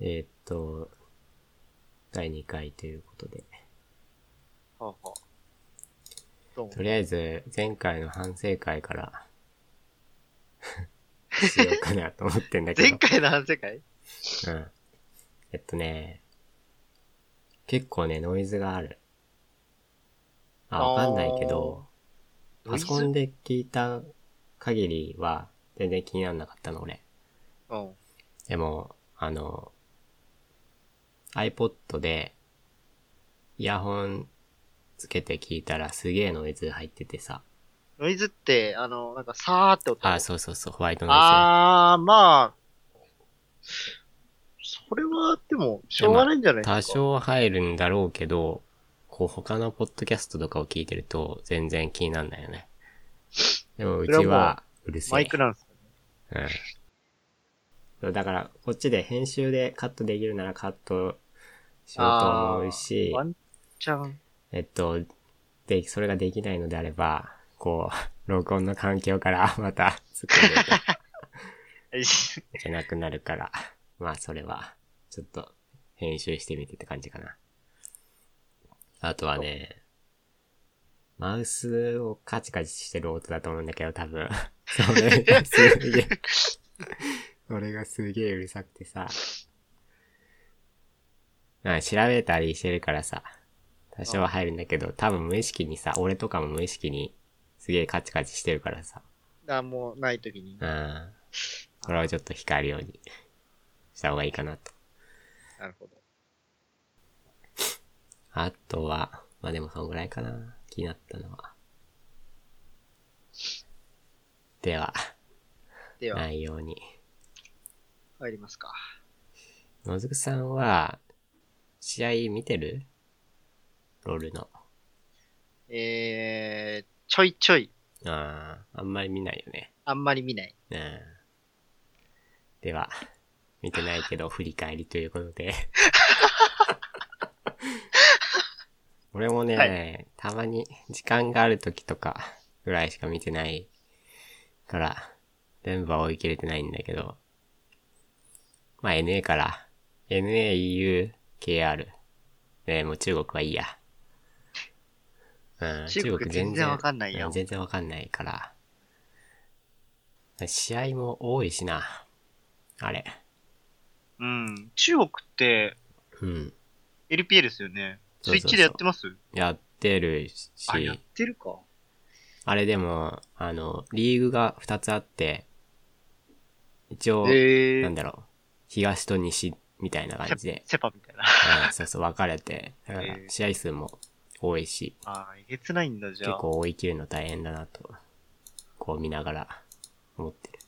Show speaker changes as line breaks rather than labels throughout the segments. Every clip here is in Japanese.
えーっと、第2回ということで。
はあはあ。どうも
と。りあえず、前回の反省会から、しようかなと思ってんだけど。
前回の反省会
うん。えっとね、結構ね、ノイズがある。あ、わかんないけど、パソコン
で。
で聞いた限りは、全然気にならなかったの、俺。
うん。
でも、あの、iPod で、イヤホンつけて聞いたらすげえノイズ入っててさ。
ノイズって、あの、なんか、さーって音。
あ、そうそうそう、ホワイトノイズ。
あー、まあ、それは、でも、しょうがないんじゃないですか。
多少入るんだろうけど、こう他のポッドキャストとかを聞いてると全然気になんないよね。でもう
そ
ち
れは
はうるせえ。
マイクなんですよね。
うんそう。だからこっちで編集でカットできるならカットしようと思うし
ワ、ンチャン。
えっと、で、それができないのであれば、こう、 録音の環境からまた作るいけなくなるから、 まあそれは、ちょっと編集してみてって感じかな。あとはね、マウスをカチカチしてる音だと思うんだけど、多分。 それがすげえ、 それがすげえうるさくてさ。まあ調べたりしてるからさ、多少は入るんだけど、多分無意識にさ、俺とかも無意識にすげえカチカチしてるからさ。
なんもないときに。
うん。これをちょっと控えるようにした方がいいかなと。
なるほど。
あとは、まあでもそんぐらいかな。気になったのは。では、
では、
内容に。
入りますか。
野津さんは、試合見てるロールの。
えー、ちょいちょい、
ああ、あんまり見ないよね。
あんまり見ない。
うん。では、見てないけど、振り返りということで。俺もね、
は
たまに時間がある時とかぐらいしか見てないから、全部は追い切れてないんだけど、まあ NA から、NA、EU、KR。ねもう中国はいいや。うん、
中国全然わかんないよ
う全然わかんないから。試合も多いしな。あれ。
うん。中国って、
うん。
LPL ですよね。
そう
ス
そうそう
イッチでやってます
やってるし、
あ、やってるか。
あれでも、あの、リーグが2つあって、一応、
え
なん
ー、
だろう、東と西みたいな感じ で、
セパみたいな。
うんそうそう、分かれて、だから
えー
試合数も多いし、
あー、えげつないんだ、じゃあ。
結構追い切るの大変だなと、こう見ながら思ってる。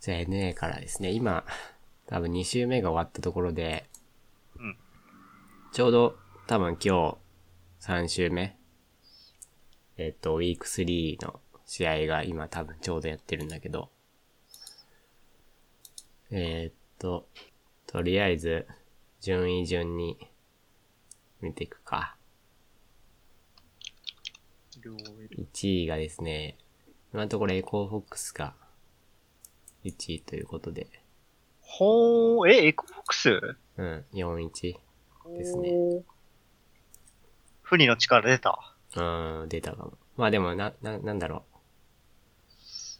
じゃあ NA からですね、今、多分2週目が終わったところで、
うん
ちょうど多分今日3週目、えっ、と、ウィーク3の試合が今多分ちょうどやってるんだけど、えーっと、とりあえず、順位順に見ていくか。
両 L
1位がですね、今のところエコーフォックスが1位ということで、
ほー、え、エコボックス
うん、41。ですね
ほー。不利の力出た。
うん、出たかも。まあでも、な、な、なんだろう。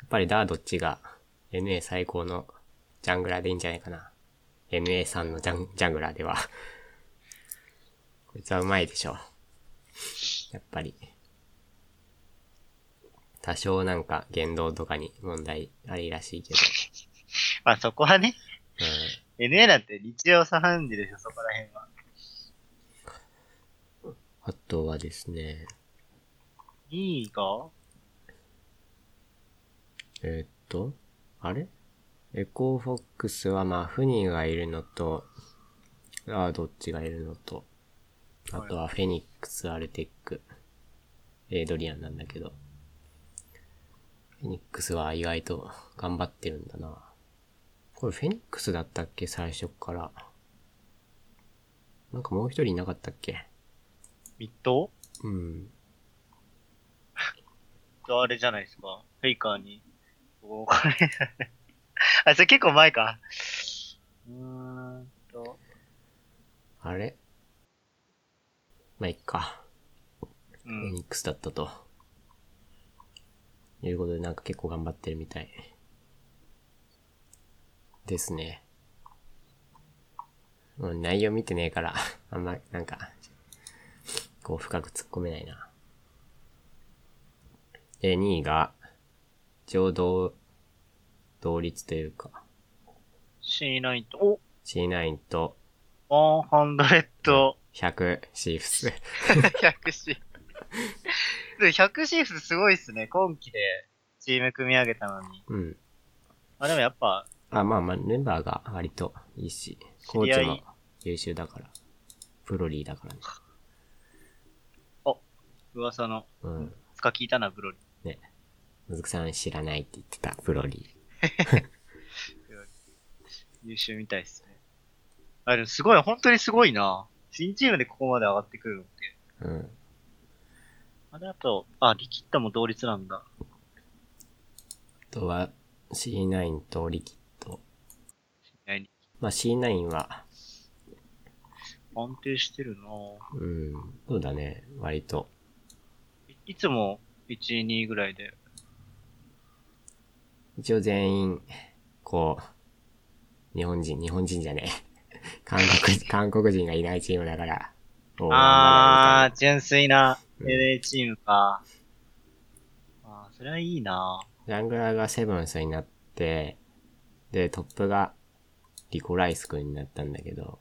やっぱりダーどっちが NA 最高のジャングラーでいいんじゃないかな。NA さんのジャンジャングラーでは。こいつはうまいでしょ。やっぱり。多少なんか言動とかに問題ありらしいけど。
まあそこはね、
うん
NA なんて日常茶飯事でしょ、そこら辺は。
あとはですね、
2位が
えーっと、あれエコーフォックスはまあ、フニーがいるのと、あーどっちがいるのと、あとはフェニックス、アルテック、エイドリアンなんだけど、フェニックスは意外と頑張ってるんだな。これフェニックスだったっけ最初っから。なんかもう一人いなかったっけ
ミッド
うん。
あれじゃないですか。フェイカーに。おーこれ あ、それ結構前か。うーんと。
あれまあ、いっか。
う
フェ
ん。
ニックスだったと。いうことで、なんか結構頑張ってるみたい。ですね。もう内容見てねえから、 あんま、なんか、こう深く突っ込めないな。で、2位が、一応同、同率というか、
C9 と、
C9 と
お、100、
100シーフス。
100シーフ。 で100シーフすごいっすね。今期でチーム組み上げたのに。
うん。
まあでもやっぱ、
あ、まあまあ、メンバーが割といいし、コーチも優秀だから、プロリーだからね。
噂の、
うん。
つか聞いたな、ブロリ。
ね。むずくさん知らないって言ってた、プロリ
優秀みたいっすね。あ、でもすごい、本当にすごいな。新チームでここまで上がってくるのって。
ー。うん。
あれあと、あ、リキッタも同率なんだ。
あとは、C9 とリキッド。
何
まあ C9 は、
安定してるな
うん、そうだね、割と。
いいつも1位、2位ぐらいで。
一応全員、こう、日本人、日本人じゃねえ。 韓国、韓国人がいないチームだから。
あー、純粋な
うん
LA チームか。あー、それはいいな
ー。ラングラーがセブンスになって、で、トップがリコライス君になったんだけど、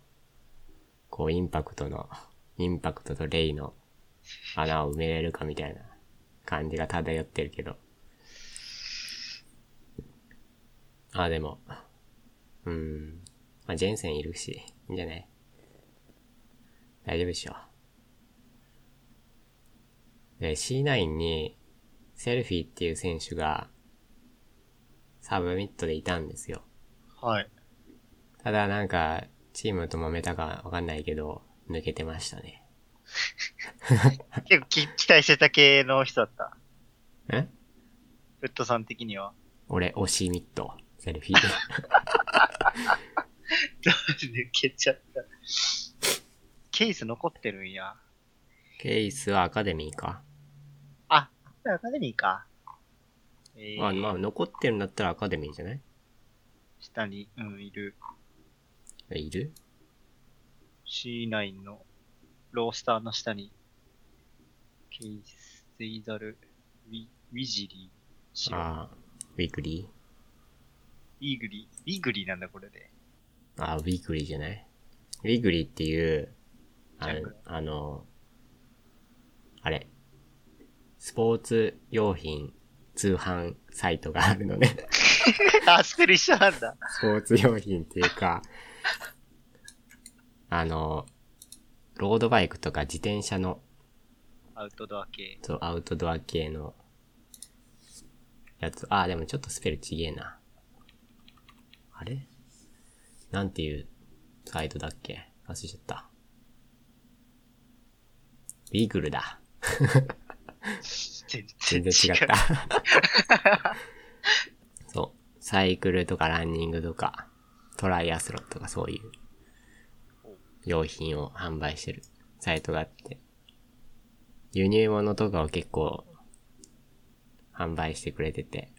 こう、インパクトの、インパクトとレイの穴を埋めれるかみたいな感じが漂ってるけど。あ、でも、うん。まあ、ジェンセンいるし、いいんじゃない大丈夫でしょ。で、C9 に、セルフィーっていう選手が、サブミットでいたんですよ。
はい。
ただなんか、チームと揉めたかわかんないけど、抜けてましたね。
結構き期待してた系の人だった。
え
フットさん的には。
俺、推しミット。セ ルフィー。
抜けちゃった。ケース残ってるんや。
ケイスはアカデミーか。
あ、アカデミーか。えー、
まあ、まあ、残ってるんだったらアカデミーじゃない
下に、うん、いる
いる
C9 のロースターの下に、ケイス、ゼイザル、ウィ、ウィジリー、シロ
ああ、ウィークリ
イーグリー、イーグリーなんだこれで。
ーああ、ウィークリーじゃないウィークリーっていう、あ
ジャン
の
ル、
あの、あれ、スポーツ用品通販サイトがあるのね。
あ、スペル一緒なんだ。
スポーツ用品っていうか、あの、ロードバイクとか自転車の
アウトドア系。
そうアウトドア系のやつ。あ、でもちょっとスペルちげえな。あれなんていうサイトだっけ忘れちゃった。ウィーグルだ。
全
全然違った。 そう。サイクルとかランニングとか、トライアスロンとかそういう用品を販売してるサイトがあって、輸入物とかを結構販売してくれてて、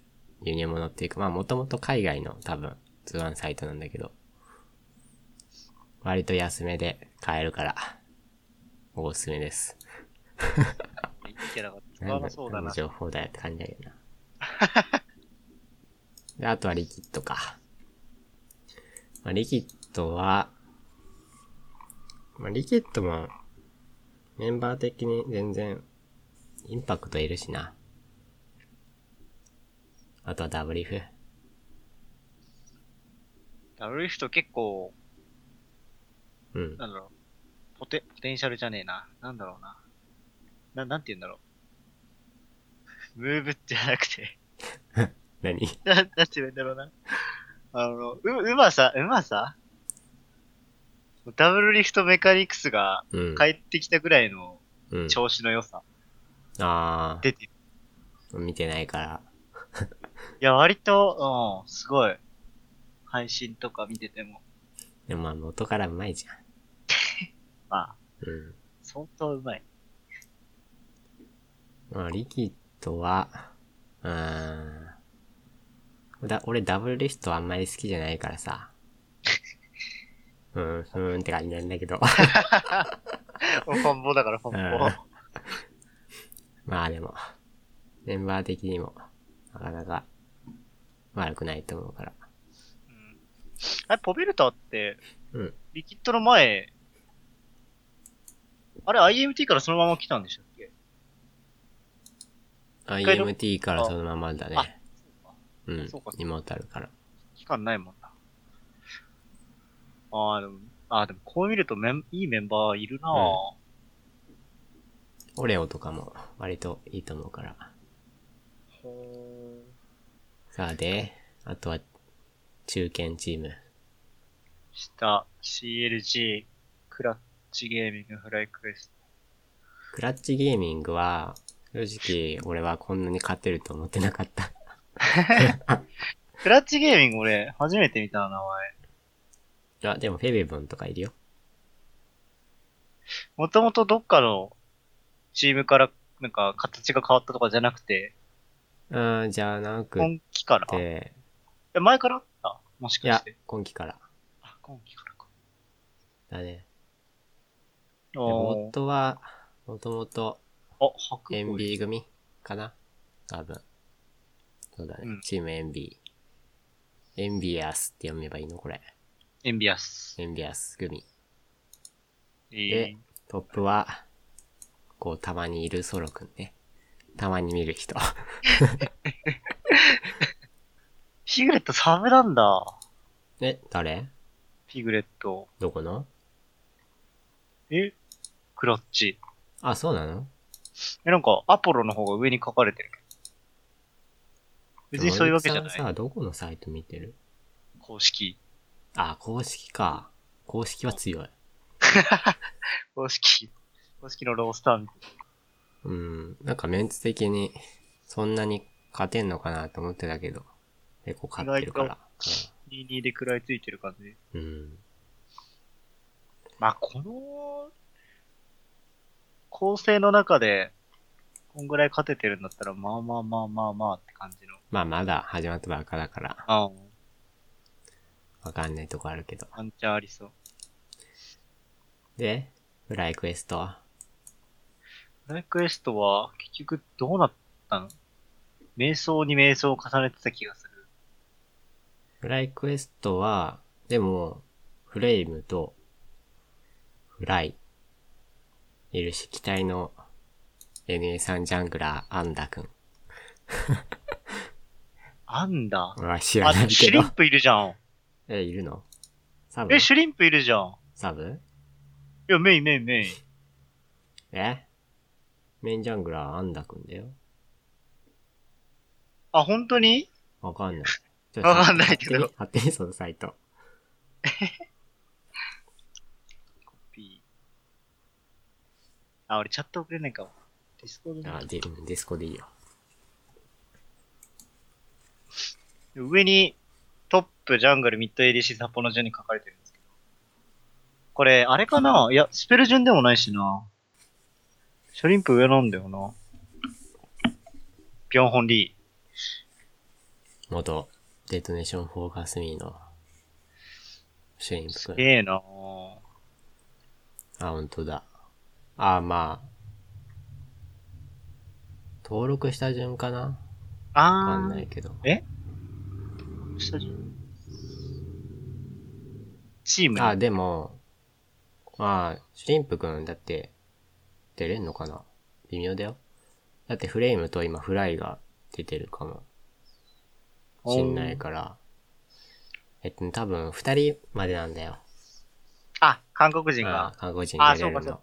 輸入物っていうか、まあもともと海外の多分通販サイトなんだけど、割と安めで買えるから、おすすめです。
いいキャラが使わなそうだ
何
な
の。情報だよって感じだけどな。 で、あとはリキッドか。まあ、リキッドは、まあ、リキッドも、メンバー的に全然、インパクトいるしな。あとはダブリフ。
ダブルリフト結構、
うん。
なんだろう。ポテ、ポテンシャルじゃねえな。なんだろうな。な、なんて言うんだろう。ムーブじゃなくて。
何
な、なんて言うんだろうな。あの、う、うまさ、うまさダブルリフトメカニクスが
うん。
帰ってきたぐらいの
うん、
調子の良さ
あ
出てる。
あ、見てないから。
いや、割と、うん、すごい。配信とか見てても。
でもまあ元からうまいじゃん。
まあ、
うん。
相当うまい。
まあ、リキッドは、うーん。だ、俺ダブルリストあんまり好きじゃないからさ。うん、ふーんって感じなんだけど。
本望だから本望。
まあでも、メンバー的にも、なかなか悪くないと思うから。
うんあれ、ポベルタって、
うん。
リキッドの前、あれ IMT からそのまま来たんでしたっけ
IMT からそのままだ
あ
ね。うん
そうか。
妹あるから。
期間ないもんな。ああ、でも、あーでもこう見るとメン、いいメンバーいるなぁ、
オレオとかも割といいと思うから。
ほー
さあで、あとは、中堅チーム。
した、CLG、クラッチゲーミング、フライクエス
クラッチゲーミングは、正直俺はこんなに勝てると思ってなかった。
ト。クラッチゲーミング俺、初めて見たな名前。
あ、でもフェベブンとかいるよ。
もともとどっかのチームから、なんか、形が変わったとかじゃなくて、
うん、じゃあなくっ
今期から
て、
え、前からあったもし
い
かし
や
て。、
今期から。
あ、今期からか。
だね。で
おー
夫は、もともと、
あ、白
エン
衣。
ビー組かな多分。そうだね。
うん
チームエンビー。エンビアスって読めばいいのこれ。
エンビアス。
エンビアス組。
え
トップは、こう、たまにいるソロくんね。たまに見る人。
フィグレットサブなんだ。
え、誰
フィグレット。
どこの
えクラッチ。
あ、そうなの
え、なんか、アポロの方が上に書かれてるけど。別にそういうわけじゃな
さん
い。
さ、どこのサイト見てる
公式。
あ、公式か。公式は強い。
公式。公式のロースターみたい
うん。なんかメンツ的に、そんなに勝てんのかなと思ってたけど、結構勝ってるから。
な。22で食らいついてる感じ。
うんうん。
まあ、この、構成の中で、こんぐらい勝ててるんだったら、まあまあまあまあまあって感じの。
まあまだ始まったばっかだから、
ああ、
わかんないとこあるけど。
ワンチャンありそう。
で、フライクエスト。
ブライクエストは、結局どうなったの瞑想に瞑想を重ねてた気がする。
フライクエストは、でも、フレイムと、フライ、いるし、機体の NA3 ジャングラー、アンダくん。
アンダー。
俺は知ら
あ
な、い
シ
け
ュリ
ど
ン。プいるじゃん。
え、いるのサブ
え、シュリンプいるじゃん。
サブ
いや、メインメインメイン。
えメインジャングラー、アンダくんだよ。
あ、本当に
わかんない。ちょ
わかんないけど
勝手に勝手にそのサイト。
?P。あ、俺チャット送れないかも。ディスコード
あ、デ
で
ィディスコでいいよ。
上に、トップ、ジャングル、ミッドエリシ、サポの順に書かれてるんですけど。これ、あれかないや、スペル順でもないしな。シュリンプ上なんだよな。ビョンホンリー。
元、デトネーションフォーカスミーの、シュリンプ
す
くん。
げえなぁ。
あ、本当だ。あ、まあ。登録した順かなわかん
あ
な
ー
い、けど。
下地チーム
あ、
に
でも、まあ、シュリンプくんだって、出れんのかな微妙だよ。だってフレームと今フライが出てるかも。しんないから。えっとね、多分二人までなんだよ。
あ、韓国人
あ
が
あ、韓国人が出れ
あ
る
そう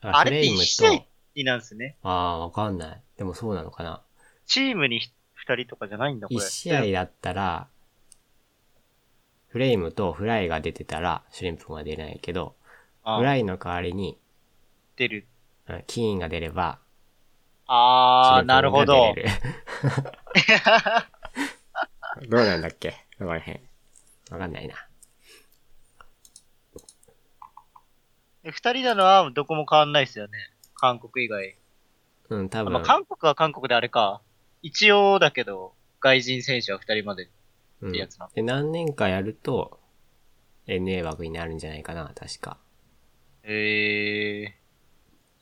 か
の。
あれって
ム
一試合いなんですね。
ああ、わかんない。でもそうなのかな。
チームにひ二人とかじゃないんだ、これ。
一試合だったら、フレームとフライが出てたら、シュリンプンは出ないけど、
あ
フライの代わりに、
出る。
うんキーンが出れば、
あー、
シュリンプンが
なるほ ど
出。れるどうなんだっけここら辺。わかんないな。
え二人なのはどこも変わんないですよね。韓国以外。
うん、多
あ
分。
まあ、韓国は韓国であれか。一応だけど、外人選手は二人まで
う
っ
ん
てやつな
で、何年かやると、NA 枠になるんじゃないかな、確か。
ええ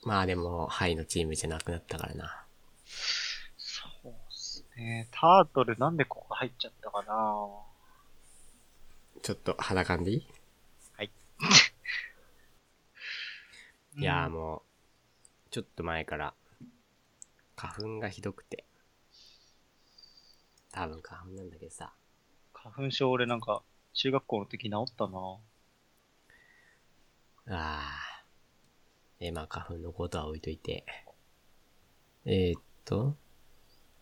まあでも、ハイのチームじゃなくなったからな。
そうっすね。タートルなんでここ入っちゃったかな
ちょっと肌感でいい、いやー
うん
もう、ちょっと前から、花粉がひどくて。多分花粉なんだけどさ。
花粉症俺なんか、中学校の時治ったな
ああ。で、まあ花粉のことは置いといて。えー、っと、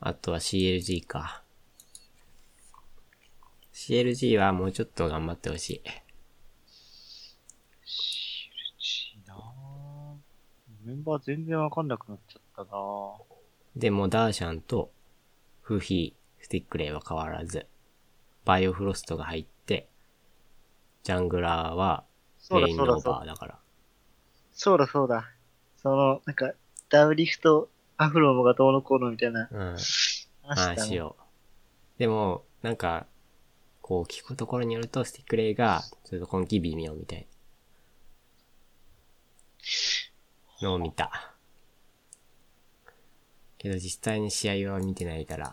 あとは CLG か。CLG はもうちょっと頑張ってほしい。
シルチなメンバー全然わかんなくなっちゃったな
でもダーシャンとフヒー、スティックレイは変わらず、バイオフロストが入って、ジャングラーは
そうだ
レイン
そう
ロ
だ
ー
そう
バ
だ。
ーだから。
そうだそうだ。その、なんか、ダウリフト、アフロムがどうのこうのみたいな
うん。
話だ、
話を。でも、なんか、こう聞くところによると、スティックレイが、ちょっと今季微妙みたいな。のを見た。けど実際に試合は見てないから、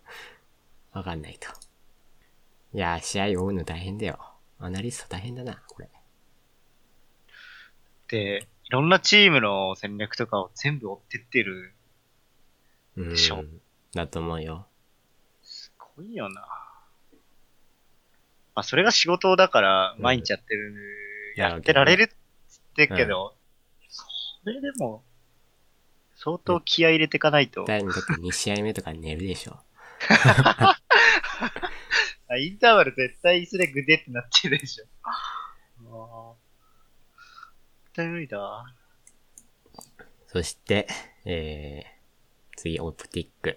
わかんないと。いやー、試合追うの大変だよ。アナリスト大変だな、これ。
で、いろんなチームの戦略とかを全部追ってってる。
うん
でしょ。
だと思うよ。
すごいよなまあ、それが仕事だから、
うん
毎日やってる、
いや
やってられるって言ってるけど、それでも、相当気合い入れていかないと。
第2局2試合目とか寝るでしょ。
あインターバル絶対椅子でグデってなってるでしょ。あ絶対無理だ。
そして、えー、次、オプティック。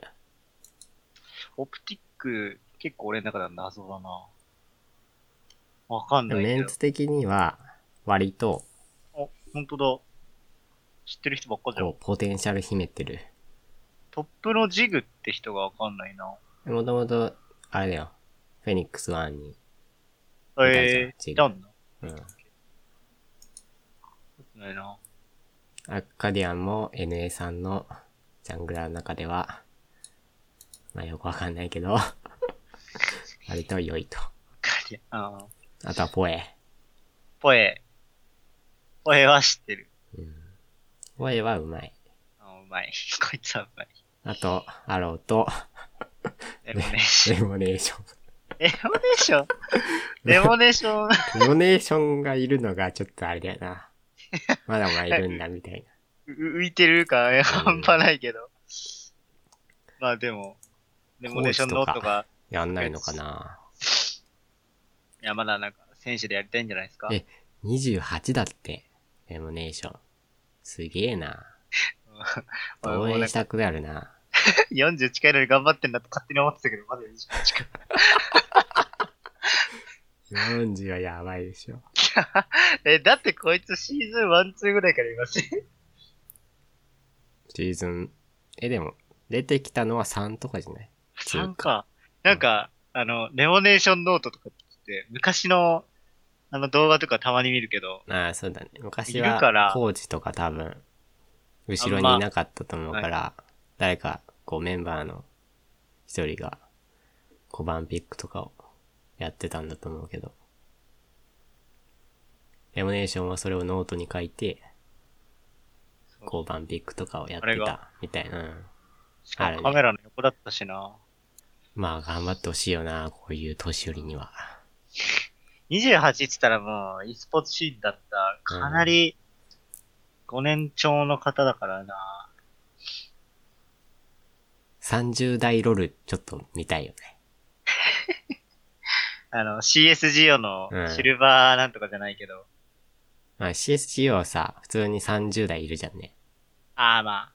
オプティック、結構俺の中では謎だな。わかんない
メ
け
ン
ど。
ツ的には、割と、
お、ほんとだ。知ってる人ばっかじゃん
こ。う、ポテンシャル秘めてる。
トップのジグって人がわかんないな。
もともと、あれだよ。フェニックス1に。たじゃん
えー、
ジ
い
グ
たんだ。
うん。
ないな。
アッカディアンも NA さんのジャングラーの中では、まあよくわかんないけど、 割と良いと。
ガリアあー
あとはポエ。
ポエ。ポエは知ってる。
うん。ポエはうまい。
あーうまい。 こいつはうまい。
あと、アローと、
レモネーション。
レモネーション。
レモネー ションレモネーション。
レモネーションがいるのがちょっとあれだよな。まだお前いるんだ、みたいな。
う浮いてるか、半端ないけど。まあでも、レモネーションノート
コー
が、
やんないのかない
や、まだなんか、選手でやりたいんじゃないですか。
え28だって、レモネーション。すげえな。
うん
応援したくなるな。
40近いのに頑張ってんだって勝手に思ってたけど、まだ20近い。
40はやばいでしょ。
え、だってこいつシーズン1、2ぐらいからいますね。
シーズン、え、でも、出てきたのは3とかじゃない
3か。なんか、あの、レモネーションノートとかって言って、昔の、あの動画とかたまに見るけど、
ああ、そうだね。昔
いるから
は、コーチとか多分、後ろにいなかったと思うから、誰か、こうメンバーの一人が、5番ピックとかをやってたんだと思うけど。レモネーションはそれをノートに書いて、5番ピックとかをやっ
あ
て
れ
た
が、
みたいな。うん
しか
あれね
もカメラの横だったしな。
まあ、頑張ってほしいよな、こういう年寄りには。
28って言ったらもう、e スポーツシーンだった、かなり、5年長の方だからな。
30代ロール、ちょっと見たいよね。
あの、CSGO の
うん
シルバーなんとかじゃないけど、
まあ、CSGO はさ、普通に30代いるじゃんね。
ああまあ、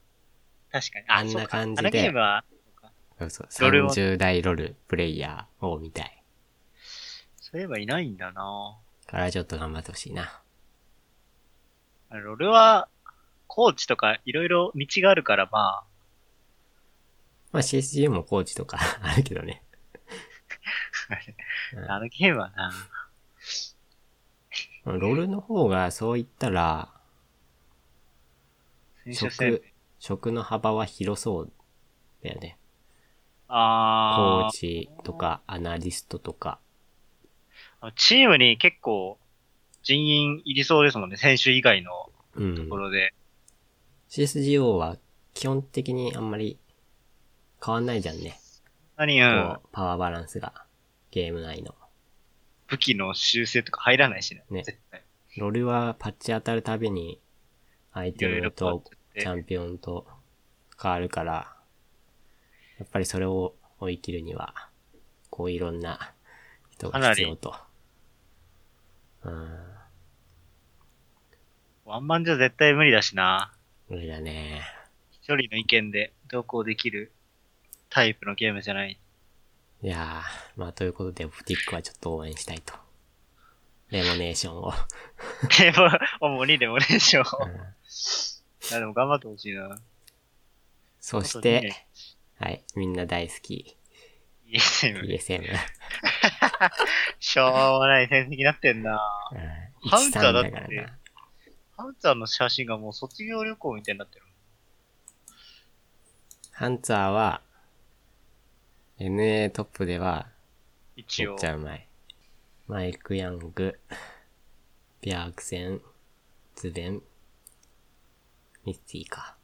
確かに。あ、
あんな
そうか
感じで
あのゲームは、
そうそう。
ロルを
30代ロルプレイヤーを見たい。
そそういえばいないんだな
からちょっと頑張ってほしいな。
あの俺は、コーチとかいろいろ道があるから、まあ、
まあ CSGO もコーチとかあるけどね。うん
あのゲームはな、
ロールの方がそう言ったら、
選手生
食、食の幅は広そうだよね。コ
あ
ーチとかアナリストとか。
あ、チームに結構人員いりそうですもんね、選手以外の
う
と
ん
こ。ろで。
CSGO は基本的にあんまり変わんないじゃんね。
何
こ
や
う、パワーバランスが。ゲーム内の。
武器の修正とか入らないしね。
ね
絶対。
ロールはパッチ当たるたびに、アイ
いろ
テ
いろ
ム
変わっ
と
ちゃって
チャンピオンと変わるから、やっぱりそれを追い切るには、こういろんな人が必要と。うん。
ワンマンじゃ絶対無理だしな。
無理だね。
一人の意見で同行できるタイプのゲームじゃない。
いやー、まあということで、オプティックはちょっと応援したいと。レモネーションを。
でも、主にでもねで しょ。
うん
いやでも頑張ってほしいな。
そし
あと
て
ね、
はい、みんな大好き、
ESM。
ESM。
しょうもない戦績になってんな。
うん
ハウザーだっ
13
て
からな。
ハウツァーの写真がもう卒業旅行みたいになってる。
ハンツァーは、NA トップでは、
一
めっ
応。
ちゃうまい。マイク・ヤング、ビャークセン、ズベン、ミッティか。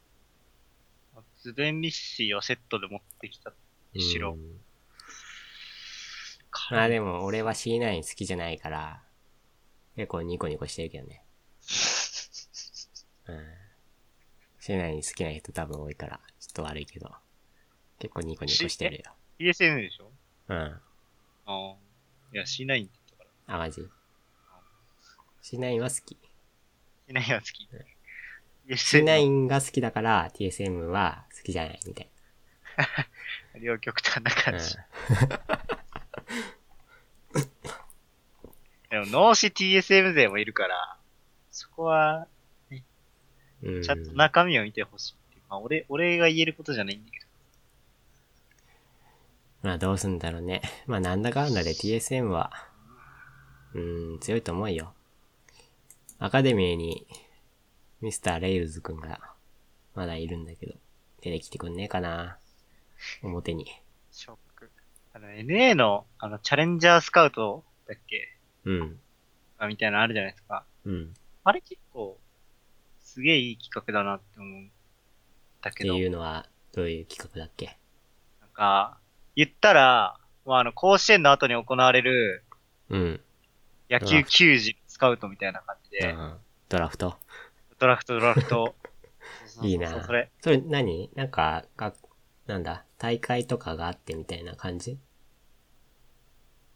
ズベンミッシーをセットで持ってきた。白
うんまあでも俺は C9 好きじゃないから、結構ニコニコしてるけど ね。うん。C9 好きな人多分多いから、ちょっと悪いけど。結構ニコニコしてるよ。
ESM でしょ
うん。
ああ。いや、C9 って言ったから。
あ、マジ。C9 は好き。
C9 は好き。ESM。
C9 が好きだから TSM は好きじゃないみたい
両極端な
な。
感
うん
じ。。でも、脳死 TSM 勢もいるから、そこは、
うん
ちゃんと中身を見てほしいっていう。まあ、俺、俺が言えることじゃないんだけど。
まあどうすんだろうね。 まあなんだかんだで TSM は、うーん、強いと思うよ。アカデミーに、ミスター・レイルズくんが、まだいるんだけど、出てきてくんねえかな。表に。
ショック。あの、NA の、あの、チャレンジャースカウトだっけ
うん。
あみたいなのあるじゃないですか。
うん。
あれ結構、すげえいい企画だなって思うんだ
って
けど。
いうのは、どういう企画だっけ
なんか、言ったら、まあ、あの、甲子園の後に行われる
うん。
野球球児スカウトみたいな感じで、
うんドラフト
ドラフト、ドラフト。そうそうそ う
いいな
それ。
それ何なんか、が、なんだ、大会とかがあってみたいな感じ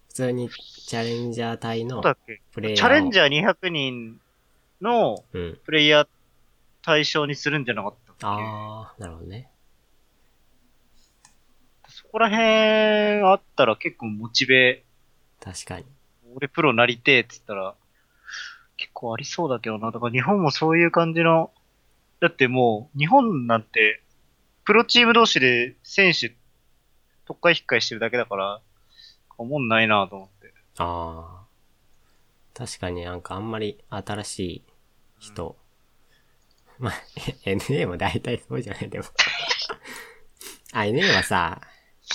普通にチャレンジャー隊
そ
の
うだっけ
プレイヤーを。
チャレンジャー200人の
うん。
プレイヤー対象にするんじゃなかったっけ
ああ、なるほどね。
そこら辺あったら結構モチベ、
確かに。
俺プロなりてえって言ったら、結構ありそうだけどな。だから日本もそういう感じの、だってもう日本なんて、プロチーム同士で選手、特会引っかえしてるだけだから、おもんないなと思って。
ああ。確かになんかあんまり新しい人。まあ、NA も大体そうじゃないでも。 あ、NA はさ、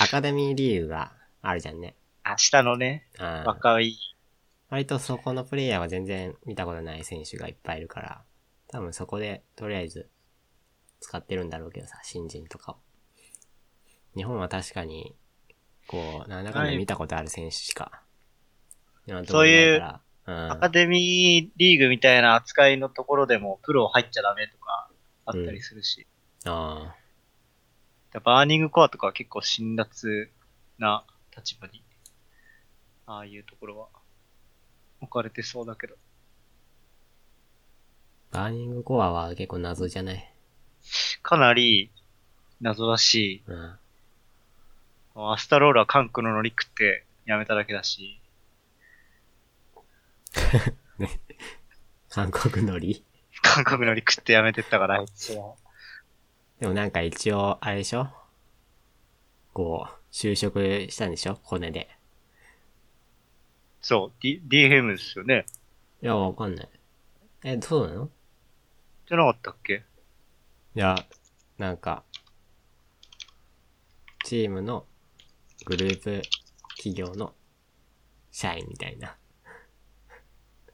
アカデミーリーグがあるじゃんね。
明日のね、
あー
若い、
割とそこのプレイヤーは全然見たことない選手がいっぱいいるから、多分そこでとりあえず使ってるんだろうけどさ、新人とかを。日本は確かに、こう、なんだかんだ見たことある選手しか、今のところなから、
アカデミーリーグみたいな扱いのところでもプロ入っちゃダメとかあったりするし、
うん。ああ、
バーニングコアとかは結構辛辣な立場に、ああいうところは置かれてそうだけど。
バーニングコアは結構謎じゃない
かなり謎だし、
うん。
アスタロールはカンクの乗り食ってやめただけだし、
韓国海苔
韓国のり食ってやめてったから、あいつは。
でもなんか一応、あれでしょこう、就職したんでしょコネで。
そう、D、DFM ですよね。
いや、わかんない。え、そうなの
じゃなかったっけ
いや、なんか、チームのグループ企業の社員みたいな。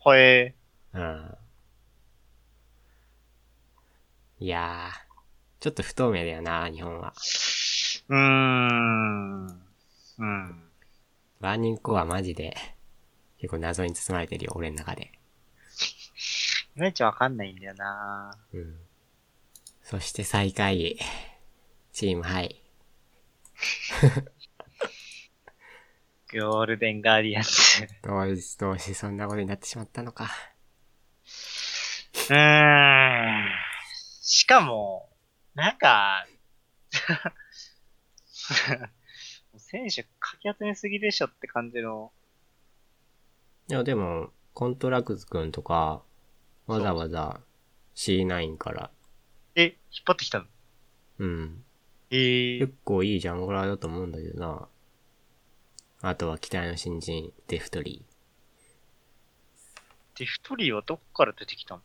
ほえ
うん。いやー、ちょっと不透明だよな、日本は。
ー。うーん。うん。
バーニングコアマジで、結構謎に包まれてるよ、俺の中で。
いまいちわかんないんだよな
うん。そして最下位。チーム、はい。
ゴールデンガーディアンズ。
どうし、どうし、そんなことになってしまったのか。
うーん。しかも、なんか、 選手かき集めすぎでしょって感じの。
いや、でも、コントラクズくんとか、わざわざ C9 から、
え、引っ張ってきたの
うん。
ええ
結構いいジャングラーだと思うんだけどな。あとは、期待の新人、デフトリー。
デフトリーはどっから出てきたの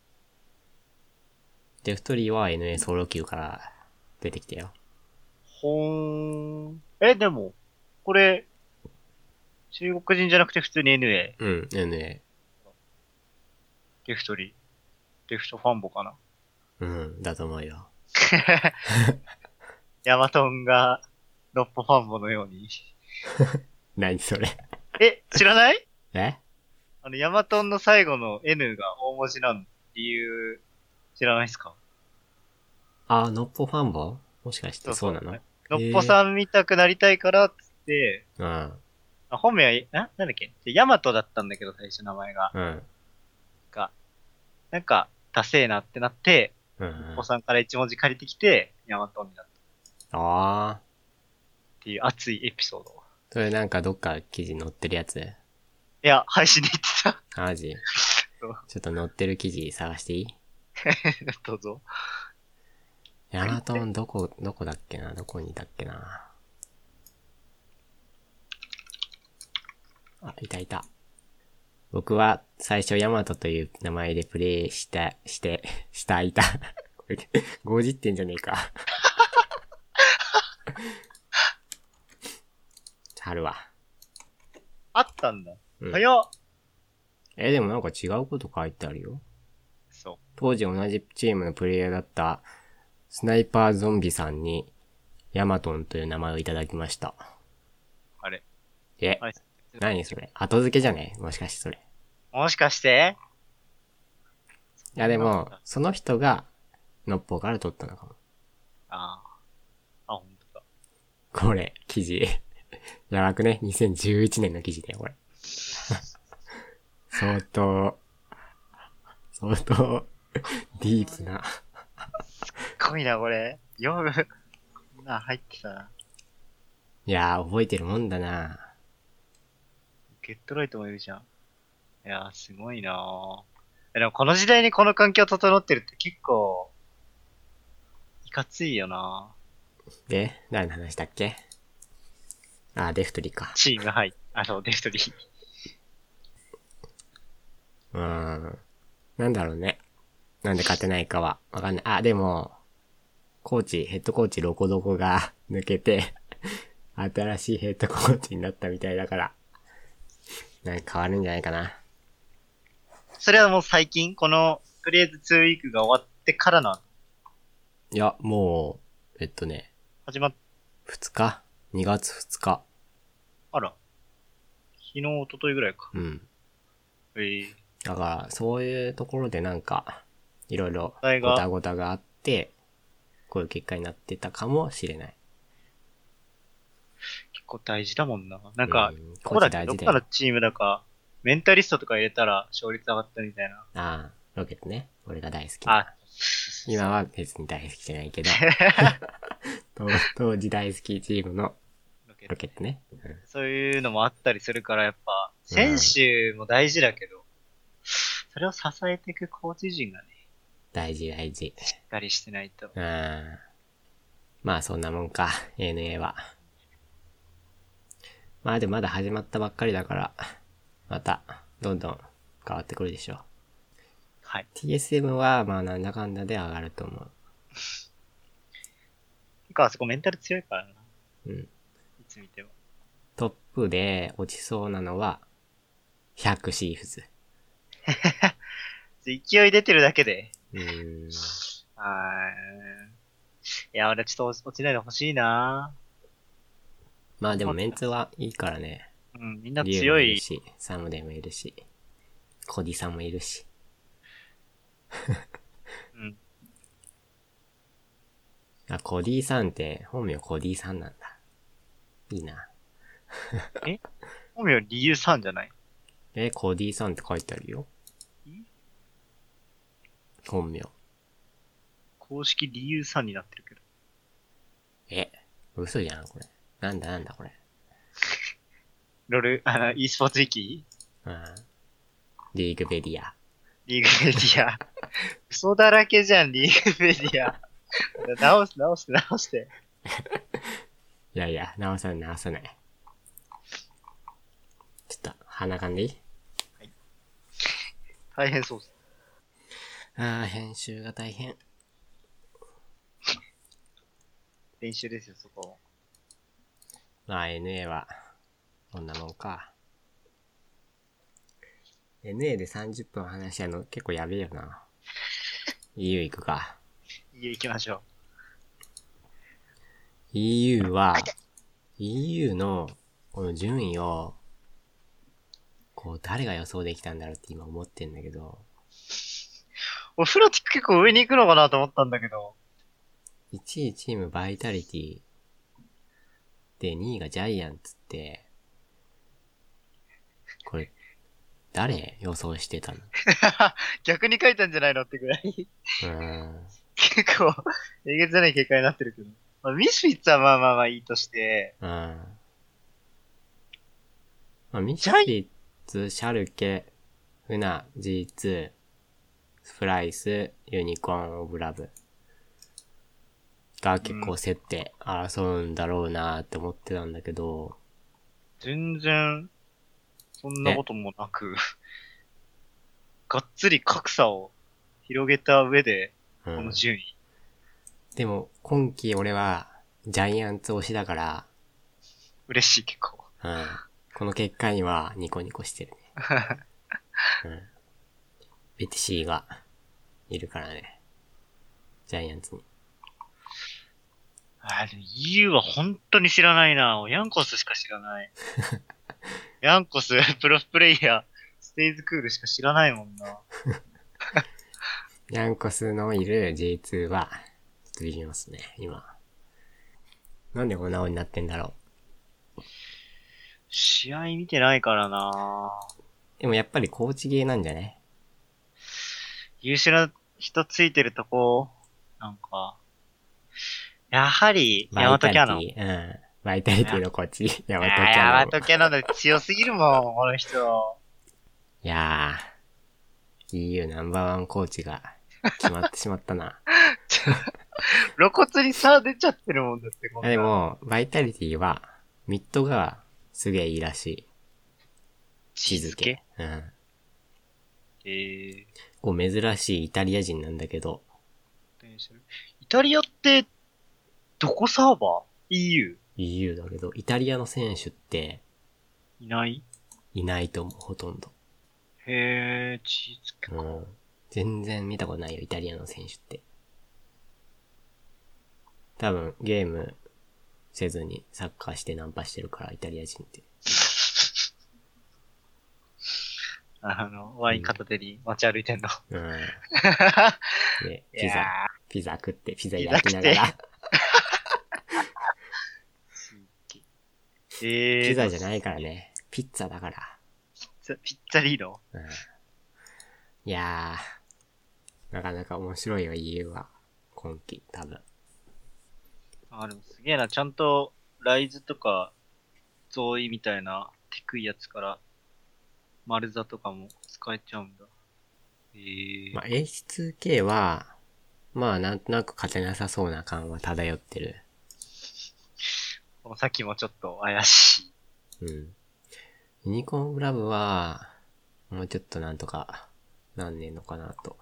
デフトリーは NA ソロ級から出てきたよ。
ほーん。え、でも、これ、中国人じゃなくて普通に NA。
うん、NA。
デフトリー。デフトファンボかな。
うん、だと思うよ。
ヤマトンが、ノッポファンボのように。
何それ。
え、知らない
え
あの、ヤマトンの最後の N が大文字なの理由、知らないですか
あ、ノッポファンボもしかしてそうなの
そうのっぽさん見たくなりたいから、つって、
うん、
あ本名は、えな、なんだっけでヤマトだったんだけど、最初名前が。
うん、
なんか、ダセえなってなって、
う
のっ
ん
ぽ。さんから一文字借りてきて、ヤマトンになった
ああ、
っていう熱いエピソード。
それなんかどっか記事載ってるやつ
いや、配信で言ってた。
マジ
そう
ちょっと載ってる記事探していい
どうぞ。
ヤマトンどこ、どこだっけなどこにいたっけなあ、いたいた。僕は最初ヤマトという名前でプレイした、して、したいた。 これ、ゴジってんじゃねえか。あるわ。
あったんだ。
うん
早っ。
え、でもなんか違うこと書いてあるよ。
そう。
当時同じチームのプレイヤーだったスナイパーゾンビさんにヤマトンという名前をいただきました。
あれ。
え、
あれ
何それ後付けじゃねもしかしてそれ。
もしかして
いやでも、その人がノッポーから取ったのかも。
ああ。あ、ほんとだ。
これ、記事。 やばくね ?2011 年の記事だよ、これ。相当、相当、ディープな。
すごいな、これ。読む。こ んなん入ってたな。
いやー、覚えてるもんだな
ゲットライトもいるじゃん。いやー、すごいなーえでもこの時代にこの環境整ってるって結構、いかついよな
で、何の話だっけあー、デフトリか
ー。チーム入っ、あ、そう、デフトリー。
うーん。なんだろうね。なんで勝てないかは、わかんない。あ、でも、コーチ、ヘッドコーチロコどこが 抜けて、新しいヘッドコーチになったみたいだから、なんか変わるんじゃないかな。
それはもう最近、この、とりあえず2ウィークが終わってからない
や、もう、えっとね、
始まっ、
2日 ?2 月2日。
あら。昨日、一昨日ぐらいか。
うん。
えー、
だから、そういうところでなんか、いろいろ、
題が
ごたごたがあって、こういう結果になってたかもしれない。
結構大事だもんな。なんか
う、ん
ここ
コー
だ
チ大
どっ
事だ
かの
よ。
チームだか、メンタリストとか入れたら勝率上がったみたいな。
ああ、ロケットね。俺が大好きな。
あ、
今は別に大好きじゃないけど、当当時大好きチームの
ロケット
ロケットね。うん
そういうのもあったりするから、やっぱ、選手も大事だけど、それを支えていくコーチ陣がね、
大事大事。
しっかりしてないと。
うん。まあそんなもんか、ANA は。まあでもまだ始まったばっかりだから、また、どんどん変わってくるでしょう。
はい。
TSM は、まあなんだかんだで上がると思。
結構あそこメンタル強いからな。いう
うん。
つ見ても。
トップで落ちそうなのは、100シーフズ。
勢い出てるだけで。
うーん。
はーい。いや、俺ちょっと落ちないでほしいな
まあでもメンツはいいからね。
うん、みんな
リュウ
強
もいる
い。
し、サムデもいるし、コディさんもいるし。
うん。
あ、コディさんって、本名コディさんなんだ。いいな。
本名理由さんじゃない
え、コディさんって書いてあるよ
え。
本名。
公式理由さんになってるけど。
え、嘘じゃん、これ。なんだなんだ、これ。
ロル、あ、e スポーツウィキ
うん。リーグベリア。
リーグメディア。嘘だらけじゃん、リーグメディア。 直す、直して、直して。
いやいや、直さない、直さない。ちょっと、鼻かんでいい
大変そうです。
ああ、編集が大変。
練習ですよ、そこも。
まあ NA は、こんなもんか。NA で30分話したの結構やべえよな。EU 行くか。
いいよ行きましょ
EU は、EU のこの順位を、こう誰が予想できたんだろうって今思ってんだけど、
う。お風呂って結構上に行くのかなと思ったんだけど。
1位チームバイタリティ、で2位がジャイアンツって、これ、誰予想してたの
逆に書いたんじゃないのってぐらい。
うーん。
結構、えげつない結果になってるけど。まあ、ミスフィッツはまあまあまあいいとして、
うん。まあ、ミシャリッツ、シャルケ、フナ、G2、スプライス、ユニコーン、オブラブが結構競って争うんだろうなって思ってたんだけど、
全然、そんなこともなく、 がっつり格差を広げた上で、
う
この
ん、
順位。
でも今季俺はジャイアンツ推しだから、
嬉しい、結構。
うん、この結果にはニコニコしてるね。うん、ベティシーがいるからね。ジャイアンツに。
あの、EU は本当に知らないな。ヤンコスしか知 らない。ヤンコス、プロプレイヤー、ステイズクールしか知らないもんな。
ヤンコスのいる J2 は、ちょっとビビりますね、今。なんでこんな風になってんだろ
試合見てないからな。
う。でもやっぱりコーチゲーなんじゃね
優秀な人ついてるとこ、なんか、やはり、ヤマトキャノン。
ィ。うん。バイタリティのコーチ、ヤマトキ
あーヤ
ャノ
マ
ン。
トキャノンで強すぎるもん、この人。
いやー、EU ナンバーワンコーチが決まってしまったな。
露骨に差出ちゃってるもんだって、こん
あ
な
で、も、バイタリティは、ミッドがすげえいいらしい。
チーズ系。
うん。
えー、
こう珍しいイタリア人なんだけど、
イタリアって、どこサーバー ?EU?
EU だけど、イタリアの選手って
いない
いないと思う、ほとんど。
へえ、チーズケーキ。
うん。全然見たことないよ、イタリアの選手って。多分、ゲームせずにサッカーしてナンパしてるから、イタリア人って。
あの、ワイン片手に街歩いてんの。
うん。で、ピ
いや
ザ、ピザ食って、ピザ
ピザ
焼きながら、
ーえー、
ピザじゃ
い
ないからね、ピッツァだから。
ピッツァリーノ
うん。いやー、なかなか面白いよ、EU は。今季、多分。
あ、でもすげえな。ちゃんと、ライズとか、ゾーイみたいな、低いやつから、丸座とかも使えちゃうんだ。えー
まあ、H2K は、まあ、なんとなく勝てなさそうな感は漂ってる。
この先もちょっと怪し
う
い。
ん。ユニコーングラブは、もうちょっとなんとか、なんねえのかなと。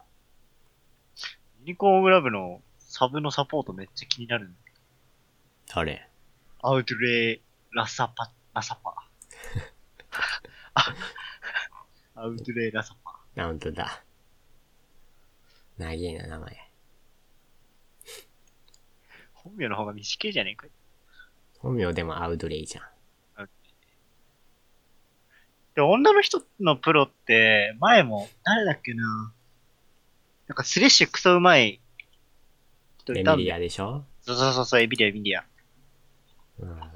ユニコーングラブのサブのサポートめっちゃ気になるんだけど。
あれ
アウトレー、ラサパ、ラ サパ。あアウトレー、ラサパ。
あ、ほんとだ。長えな、名前。
本名の方が短いじゃねえかよ。
本名でもアウドレイじゃん。
で、女の人のプロって、前も、誰だっけな。なんかスレッシュクソうまい人
レ
いた
ミ
ん
リ
だよ。
アでしょ
そうそうそうそう、エビリア、エビリア。あ
うん。
の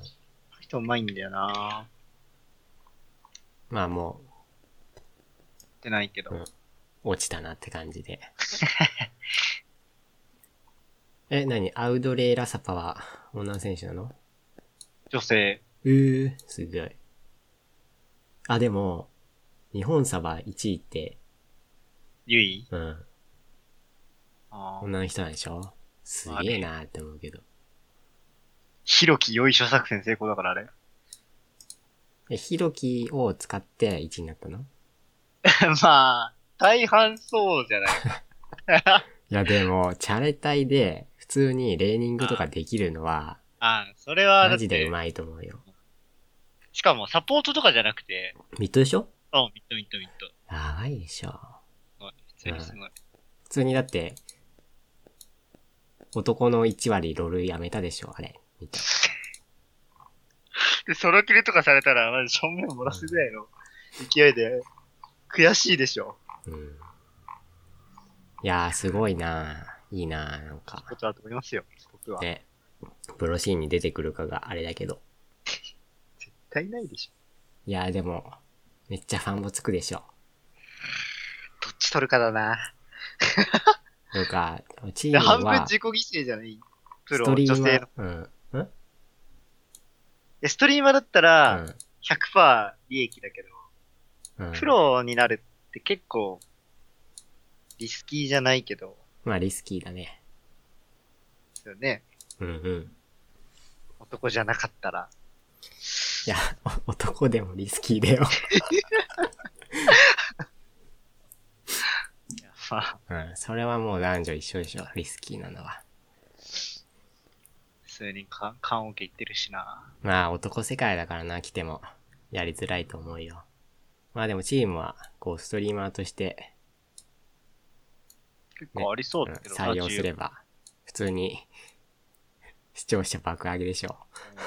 人うまいんだよな
まあも
ってないけど。
うんう、落ちたなって感じ で。え、なにアウドレイ・ラサパは女の選手なの
女性。
うー、すごい。あ、でも、日本サバ1位って、
ゆい
うん、
あー
女の人なんでしょすげえなーって思うけど。
ひろきよいしょ作戦成功だからあれ。
え、ヒロキを使って1位になったの
まあ、大半そうじゃない。
いやでも、チャレ隊で普通にレーニングとかできるのは、
あそれは、だ
マ
っ
ジで
て
う、まいと思うよ。
しかもサポートとかじゃなくて、
ミッドでしょ
うん、ミットミットミット。
やばいでしょ。
すごい普通にすごい。
普通にだって、男の1割ロールやめたでしょあれ。見た。
で、ソロキルとかされたら、まず正面漏らすぐらいの勢いで、悔しいでしょ。
うん。いやー、すごいなーいいなーなんか。
ことだと思いますよ、僕は。絶
ね。プロシーンに出てくるかがあれだけど。
対ないでし
いやーでも、めっちゃファンもつくでしょ。
ょ。どっち取るかだな。
とか、チー
で、
ム
半分
は、
自己犠牲じゃないプ
ス
ロ、
トリ
女
ー
性の
ム。は、うん。ん
でストリーマーだったら、
う
100%利益だけど、
ん。うん。
プロになるって結構、リスキーじゃないけど、
まあリスキーだね。
ですよね。
うんうん。
男じゃなかったら。
いや、 お男でもリスキーだよ。
いやまあ、
うん。それはもう男女一緒でしょ。リスキーなのは。
数人か、缶オケ行ってるしな。
まあ男世界だからな、来ても。やりづらいと思うよ。まあでもチームは、こう、ストリーマーとして、
結構ありそう
うん
だけどな、
採用すれ
ば。
ば、普通に、視聴者爆上げでしょ。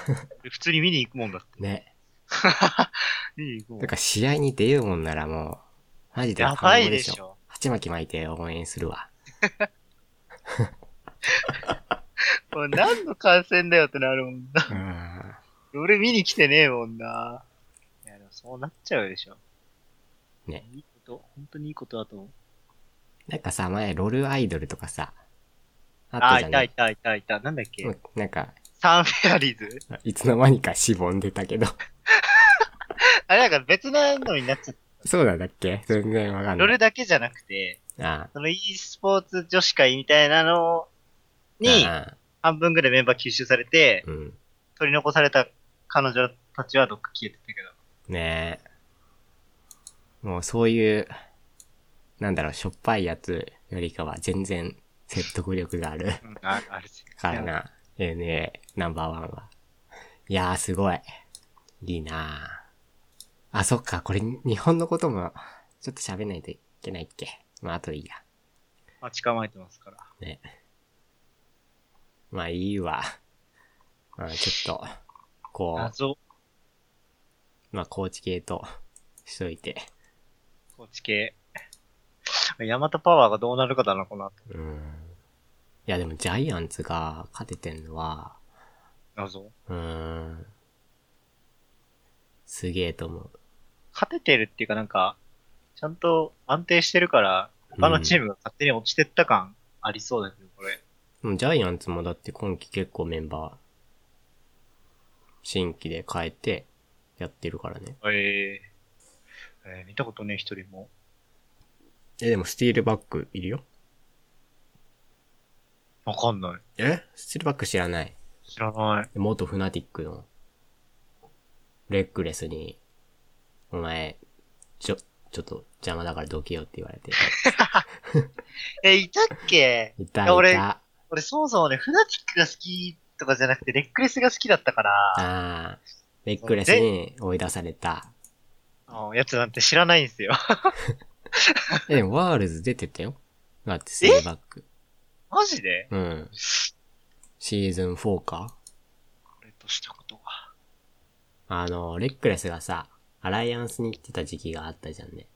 うん普通に見に行くもんだって。
ね。
見に行くもん
だから試合に出ようもんならもう、マジで
やばい
感動
でし。ょ。
鉢巻き巻いて応援するわ。
これ何の感染だよってなるもんな。
うん。
俺見に来てねえもんな。いや、でもそうなっちゃうでしょ。
ね。
いいこと、本当にいいことだと思う。
なんかさ、前、ロルアイドルとかさ、あ
あ
った
ー、
じゃ
い
な
た
い
いたいたいた。なんだっけ、
うんなんか、
サンフェアリーズ
いつの間にかしぼんでたけど。
あれなんか別なのになっちゃっ
そうなんだっけ全然わか
た。
ん
ロ
な
れ
い。
だけじゃなくて、
あ
その e スポーツ女子会みたいなの
あ。
に、
ああ
半分ぐらいメンバー吸収されて、
うん。
取り残された彼女たちはどっか消えてたけど。
ねえ。もうそういう、なんだろう、しょっぱいやつよりかは全然説得力がある
うん、ああれです
からな。ANA ナンバーワンは。いやーすごい。いいなーあ、そっか、これ日本のこともちょっと喋んないといけないっけ。まああといいや。
待ち構えてますから。
ね。まあいいわ。まあちょっと、こ
謎、
う、まあ高知系としといて。
高知系。ヤマトパワーがどうなるかだな、この後。
うん。いやでもジャイアンツが勝ててんのは、
謎。
うーん。すげえと思う。
勝ててるっていうかなんか、ちゃんと安定してるから、他のチームが勝手に落ちてった感ありそうだけど、これ。
でもジャイアンツもだって今季結構メンバー、新規で変えてやってるからね。
えー、えー見たことねえ一人も。
え、でもスティールバックいるよ。
わかんない。
えスティールバック知らない。
知らない。
元フナティックの、レックレスに、お前、ちょ、ちょっと邪魔だからどけよって言われて。
え、いたっけ
いた、い
や俺
た。あ
俺そもそもね、フナティックが好きとかじゃなくて、レックレスが好きだったから、
あー、レックレスに追い出された。
うんやつなんて知らないんですよ。
え、でもワールズ出てたよ。だってスティールバック。
マジで
うん。シーズン4か
俺としたことは。
あの、レックレスがさ、アライアンスに行ってた時期があったじゃんね。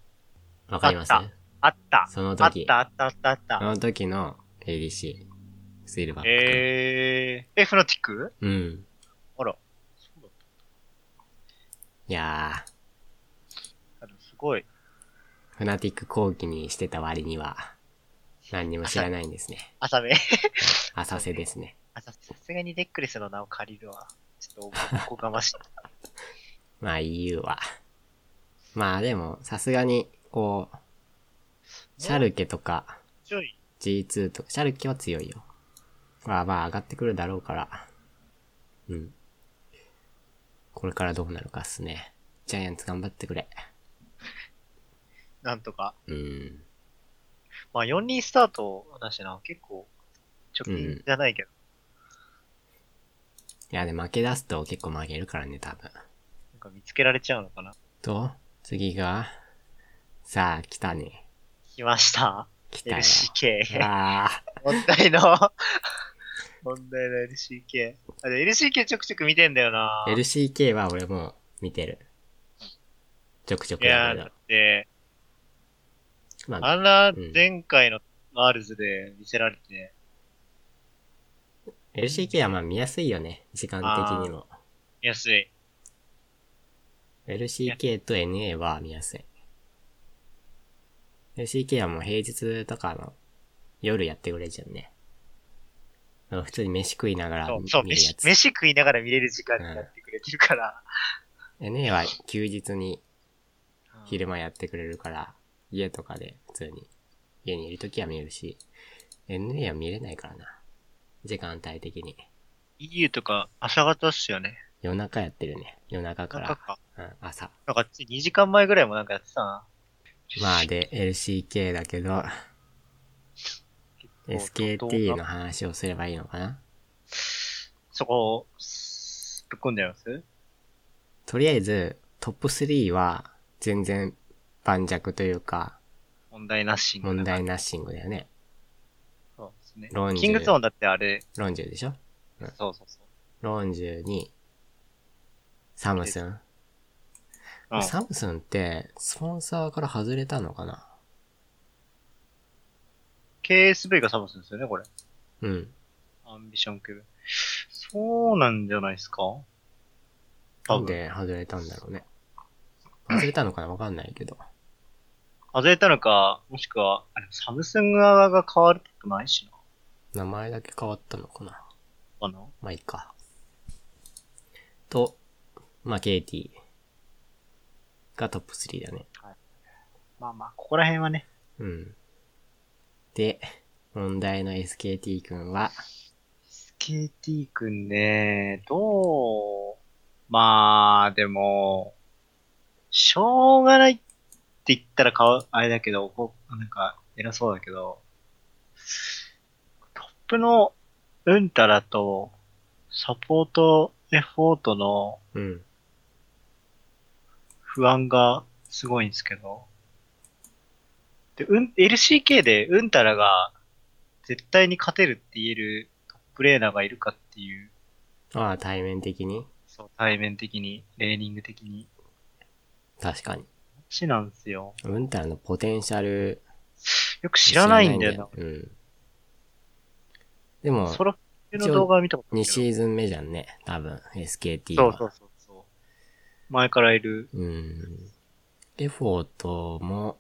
わかります
あっあった。
その
あっ
時。
た、あった、あった、あっ
そ
た。
の時の ADC。スイルバック。
えー、え、フナティック
うん。
あら。
いや
あのすごい。
ー、フナティック後期にしてた割には、何にも知らないんですね。
浅 め。
浅瀬ですね。
あささすがにレックレスの名を借りるわ。ちょっと、おこがましい。
まあ EU は。まあでも、さすがに、こう、シャルケとか、
ちょい。
G2 とか、シャルキは強いよ。まあまあ上がってくるだろうから。うん。これからどうなるかっすね。ジャイアンツ頑張ってくれ。
なんとか。
うん。
まあ、4人スタートだしな、結構、直近じゃないけど。
いや、で、負け出すと結構負けるからね、多分。
なんか見つけられちゃうのかな。
と、次が、さあ、来たね。
来ました。
来たよ。
LCK。
ああ、
問題の。問題の LCK。あ、で、LCK ちょくちょく見てんだよな。
LCK は俺も見てる。ちょくちょ
い
く
や
だ
ー、
け
だ
ど
っ。て、
まあ、
あんな
うん
前回のワールズで見せられて、
LCK はまあ見やすいよね、時間的にも。
見やすい。
LCK と NA は見やすい。LCK はもう平日とかの夜やってくれじゃんね。あの普通に飯食いながら
そう、
見
そう
見るや
飯、
つ。
飯食いながら見れる時間になってくれてるから。
NA は休日に
うん
昼間やってくれるから、家とかで普通に、家にいるときは見えるし、NA は見れないからな。時間帯的に。
EU とか朝方っすよね。
夜中やってるね。夜中
な
か、
んからか。
うん、朝。
なんか2時間前ぐらいもなんかやってたな。
まあで、LCK だけど、
もう
SKT の話をすればいいのかな
そこを、すぶっ込んじゃいます
とりあえず、トップ3は全然盤石というか、
問題なし。
問題ナッシングだよね。
そうですね
論。じ
キングゾーンだってあれ、
ロンジュでしょうん
そうそうそう。
ロンジュに、サムスン。
うん、
サムスンって、スポンサーから外れたのかな
KSV がサムスンですよね、これ。
うん。
アンビション級。そうなんじゃないですか多
なん
分。
で外れたんだろうね。外れたのかなわかんないけど。
外れたのか、もしくは、あれサムスン側が変わることないしな。
名前だけ変わったのかな
あの、
まあ、いいか。と、まあ、KT がトップ3だね。
まあまあ、ここら辺はね。
うん。で、問題の SKT 君は、
SKT くんね、どうまあ、でも、しょうがないって言ったらかわ、あれだけど、こうなんか、偉そうだけど、トップのうんたらと、サポートエフォートの
うん。
不安がすごいんですけど、で、うん、LCK でうんたらが絶対に勝てるって言えるトップレーナーがいるかっていう、
ああ、対面的に
そう、対面的に、レーニング的に。
確かに。
死なんですよ。
うんたらのポテンシャル
よく知らないんだよ
知ら
な。
ないんだようん。でも、
ソロ級の動画は見たことな
2
いけど。
シーズン目じゃんね。多分、SKT
そ
は。
うそうそうそう。前からいる。
うん。エフォートも、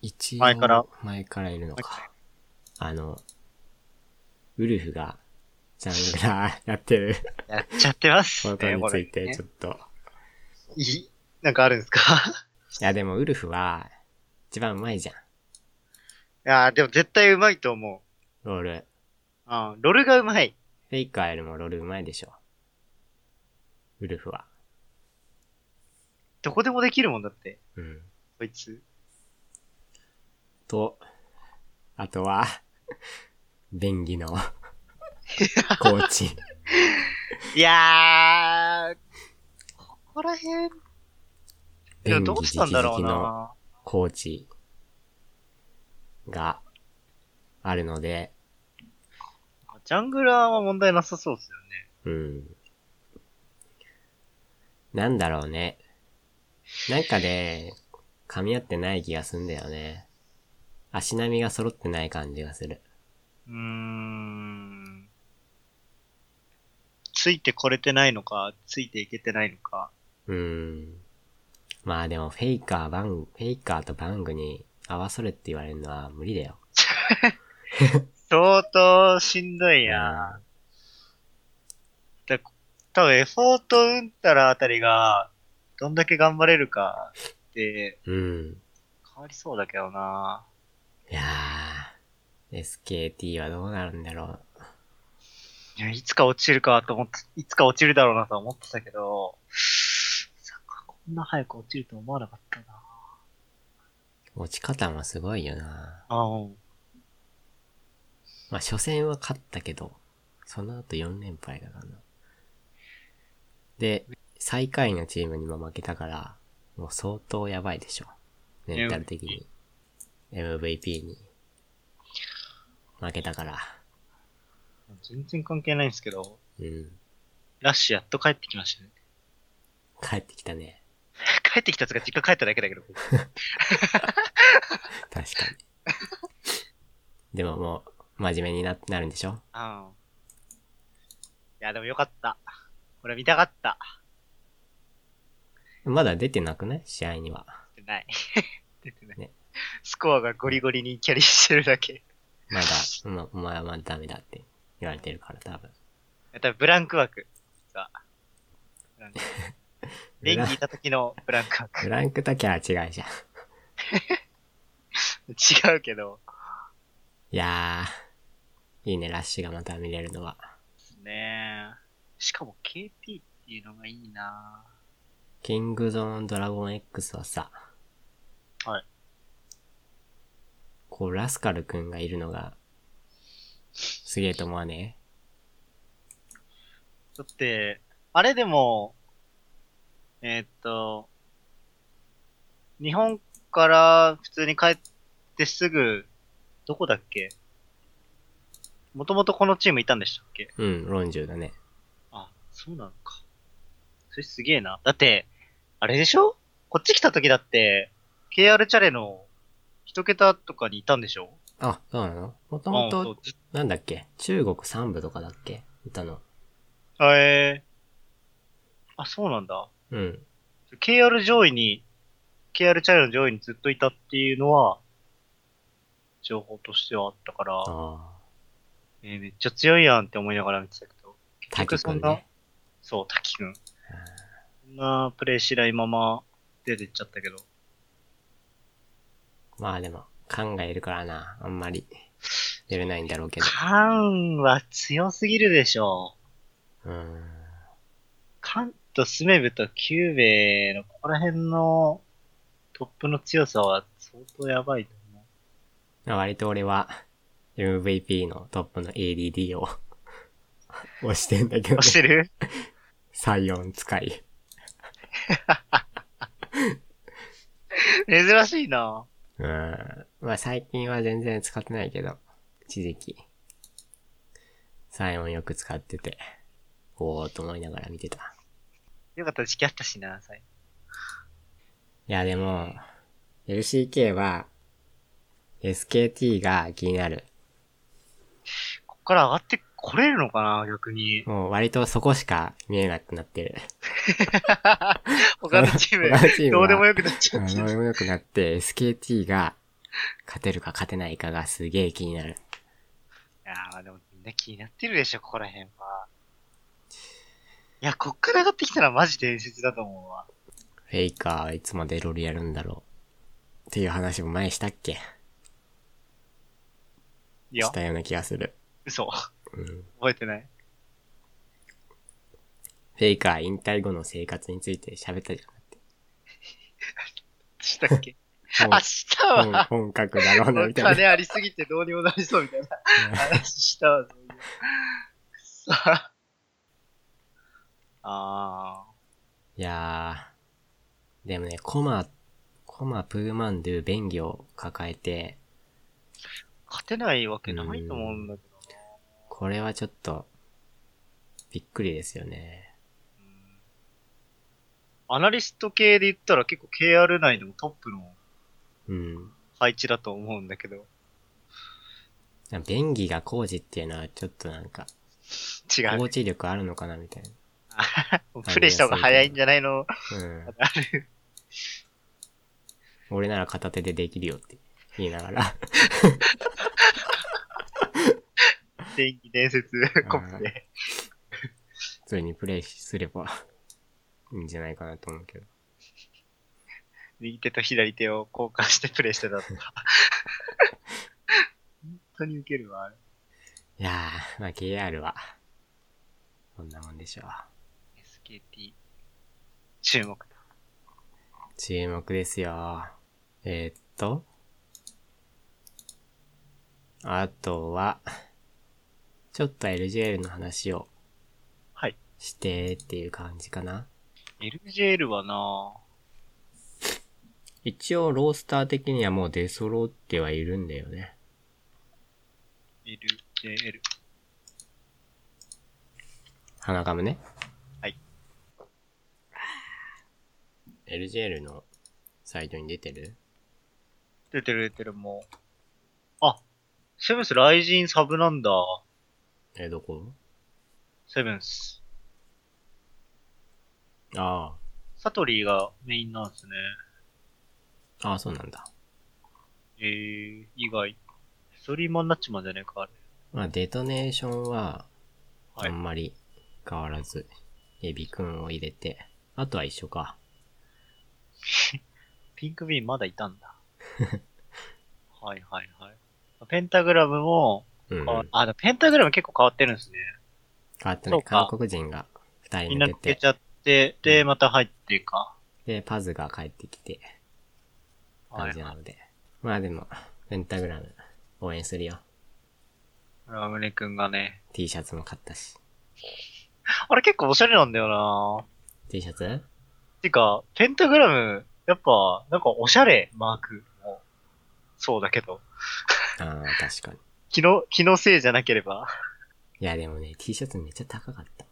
一応、
前から。
前からいるのか。あの、ウルフが、ジャングラーやってる
やっちゃってます
こ
ね、
とについ
これ
て、
ね
ちょっと。
いいなんかあるんですか
いや、でもウルフは、一番うまいじゃん。
やーでも絶対うまいと思
ロール。
う。うん、ロルがうまい。
フェイカーよりもロールうまいでしょ。ウルフは。
どこでもできるもんだって、
うん。
こいつ。
と、あとは、便宜の、コーチ。
いやー、ここら辺、 いや
便宜
どうしたんだろうな。
コーチがあるので、
ジャングラーは問題なさそうですよね。
うん。なんだろうね。なんかで、噛み合ってない気がすんだよね。足並みが揃ってない感じがする。
うーん。ついてこれてないのか、ついていけてないのか。
うん。まあでも、フェイカー、バン、フェイカーとバングに合わせるって言われるのは無理だよ。
相当しんどい
い
な。で多分エフォートウンタラあたりが、どんだけ頑張れるかって
うん。
変わりそうだけどな。
いやー、SKT はどうなるんだろ
いや、いつか落ちるかと思って、いつか落ちるだろうなとは思ってたけど、サッカーこんな早く落ちると思わなかったな。
う。落ち方もすごいよな。
あうん。
まあ、初戦は勝ったけど、その後4連敗だからな。で、最下位のチームにも負けたから、もう相当やばいでしょ。メンタル的に。MVP に。負けたから。
全然関係ないんですけど、
うん。
ラッシュやっと帰ってきましたね。
帰ってきたね。
帰ってきたつか実家帰っただけだけど。
確かに。 でももう、真面目にな、なるんでしょ
うん。いや、でもよかった。これ見たかった。
まだ出てなくない試合には。
出てない。 出てない、
ね
スコアがゴリゴリにキャリーしてるだけ。い
まだ、ま、お前はまだダメだって言われてるから多分。
や多分ブランク枠が。ブランク
ブ
レ
ラ
ンギいた時のブランク枠。
フランクとキャラ違うじゃん。
違うけど。
いやー、いいね、ラッシュがまた見れるのは。
ねえ。しかも KP っていうのがいいな
キングゾーンドラゴン X はさ、
はい。
こう、ラスカルくんがいるのが、すげえと思わね
だって、あれでも、えーっと、日本から普通に帰ってすぐ、どこだっけもともとこのチームいたんでしたっけ
うん、ロンジュだね。
あ、そうなのか。それすげえな。だって、あれでしょこっち来た時だって、KR チャレの一桁とかにいたんでしょ
あ、そうなのもと
あ
も
あそ
と
う、ず
なんだっけ中国3部とかだっけいたの。
あえーあ、そうなんだ。
うん。
KR 上位に、KR チャレの上位にずっといたっていうのは、情報としてはあったから、
ああ。
えーめっちゃ強いやんって思いながら見てたけど、
タキくん
結局そんな
ね。
そう、滝くん。そんなプレイしないまま出てっちゃったけど、
まあでも、カンがいるからな、あんまり、出れないんだろうけど。
カンは強すぎるでしょう。
うーん。
カンとスメブとキューベのここら辺のトップの強さは相当やば いと思う。
まあ割と俺は、MVP のトップの ADD を、 押してんだけど、
押してる
サイオン使い。
珍しいな。
うーん。まあ最近は全然使ってないけど、一時期。サイオンよく使ってて、おーと思いながら見てた。
よかった、時期あったしな、最
いやでも、LCK は、SKT が気になる。
ここから上がってこれるのかな、逆に。
もう割とそこしか見えなくなってる。
他のチー ム、
他のチーム
ど
は
うでもよくなっちゃ
あ
っ
の、
て
どうで
る。
もよくなって、SKT が勝てるか勝てないかがすげえ気になる。
いやー、でもみんな気になってるでしょ、ここら辺は。いや、こっから上がってきたらマジ伝説だと思うわ。
フェイカーはいつまでロールやるんだろう。っていう話も前したっけ
いや
し、たような気がする。
嘘。
うん。
覚えてない。
フェイカー引退後の生活について喋ったじゃなくて。
したっけ
もう
あ、したわ。
本本格だろうな、みたいな。
金ありすぎてどうにもなりそうみたいな話したわ、そういうくそ。ああ
いやー、でもね、コマ、コマ、プーマンドゥ、便宜を抱えて、
ー、勝てないわけないと思うんだけど。
これはちょっと、びっくりですよね。
うんアナリスト系で言ったら結構 KR 内でもトップの
うん。
配置だと思うんだけど、
便宜が工事っていうのはちょっとなんか、
違う
工。事力あるのかなみたいな。
プレイした方が早いんじゃないの
うん。俺なら片手でできるよって言いながら。
電気伝説コップで。
普通にプレイすればいいんじゃないかなと思うけど。
右手と左手を交換してプレイしてたとか。本当にウケるわ、あれ。
いやー、まあ KR は、こんなもんでしょう。
SKT。注目だ。
注目ですよ。えーっと。あとは、ちょっと LJL の話を
はい。
してっていう感じかな。
LJL はな
一応ロースター的にはもう出揃ってはいるんだよね。
LJL。
花ガムね。
はい。
LJL のサイトに出てる
出てる出てるもう。あ、セブンス、ライジンサブなんだ。
え、どこ
セブンス。
あ
サトリーがメインなんですね。
あ。ああ、そうなんだ。
えー、意外。ストリーマンになっちまうんじゃねえか、あれ。
まあ、デトネーションは、
は
あ
い
んまり変わらず、エビくんを入れて、あとは一緒か。
ピンクビーンまだいた んだ。はいはいはい。ペンタグラムも、
うん、うん。
変わ
変
あ、でもペンタグラム結構変わってるんですね。
わって
そ
な
う
い。
か
韓国人が二
み
人
んな
抜
抜
け
け
て、
ちゃって、で、また入ってか。
で、パズが帰ってきて、
は
感
い
じ
は。
ないので。まあでも、ペンタグラム、応援するよ。
ラムネ君がね。
T シャツも買ったし。
あれ結構おしゃれなんだよな
T シャツ
てか、ペンタグラム、やっぱ、なんかおしゃれ、マークも。そうだけど。
ああ、確かに。
気の、気のせいじゃなければ。
いやでもね、T シャツめっちゃ高かった。
あ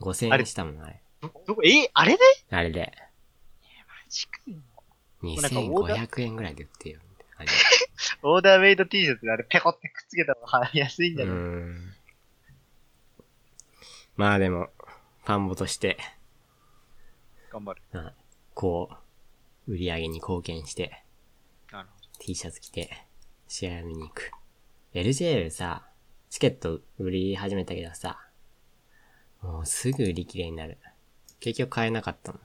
5000
れ
円したもん、あれ。
どこえあれで
あれで、
なんかオーダー
2500円ぐらいで売ってるよ。あれ
オーダーメイド T シャツであれペコってくっつけた方が安いんじゃ
う
ない、
ん。まあでも、ファンボとして、
頑張る。
まあこう、売り上げに貢献して、
なるほど。
T シャツ着て、試合を見に行く。LJL さ、チケット売り始めたけどさ、もうすぐ売り切れになる。結局買えなかったもん。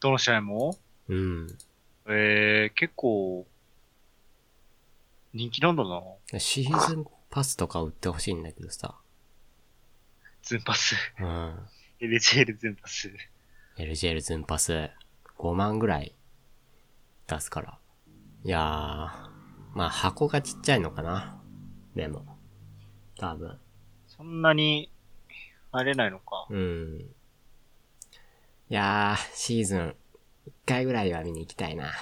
どの試合も
うん。
えー、結構、人気なんだな
シーズンパスとか売ってほしいんだけどさ。
ズンパ ス。
うん。
LJL ズンパス。
LJL ズンパス5万ぐらい出すから。いやー、まあ箱がちっちゃいのかな。でも、多分。
そんなに、入れないのか。
うん。いやー、シーズン1回ぐらいは見に行きたいな。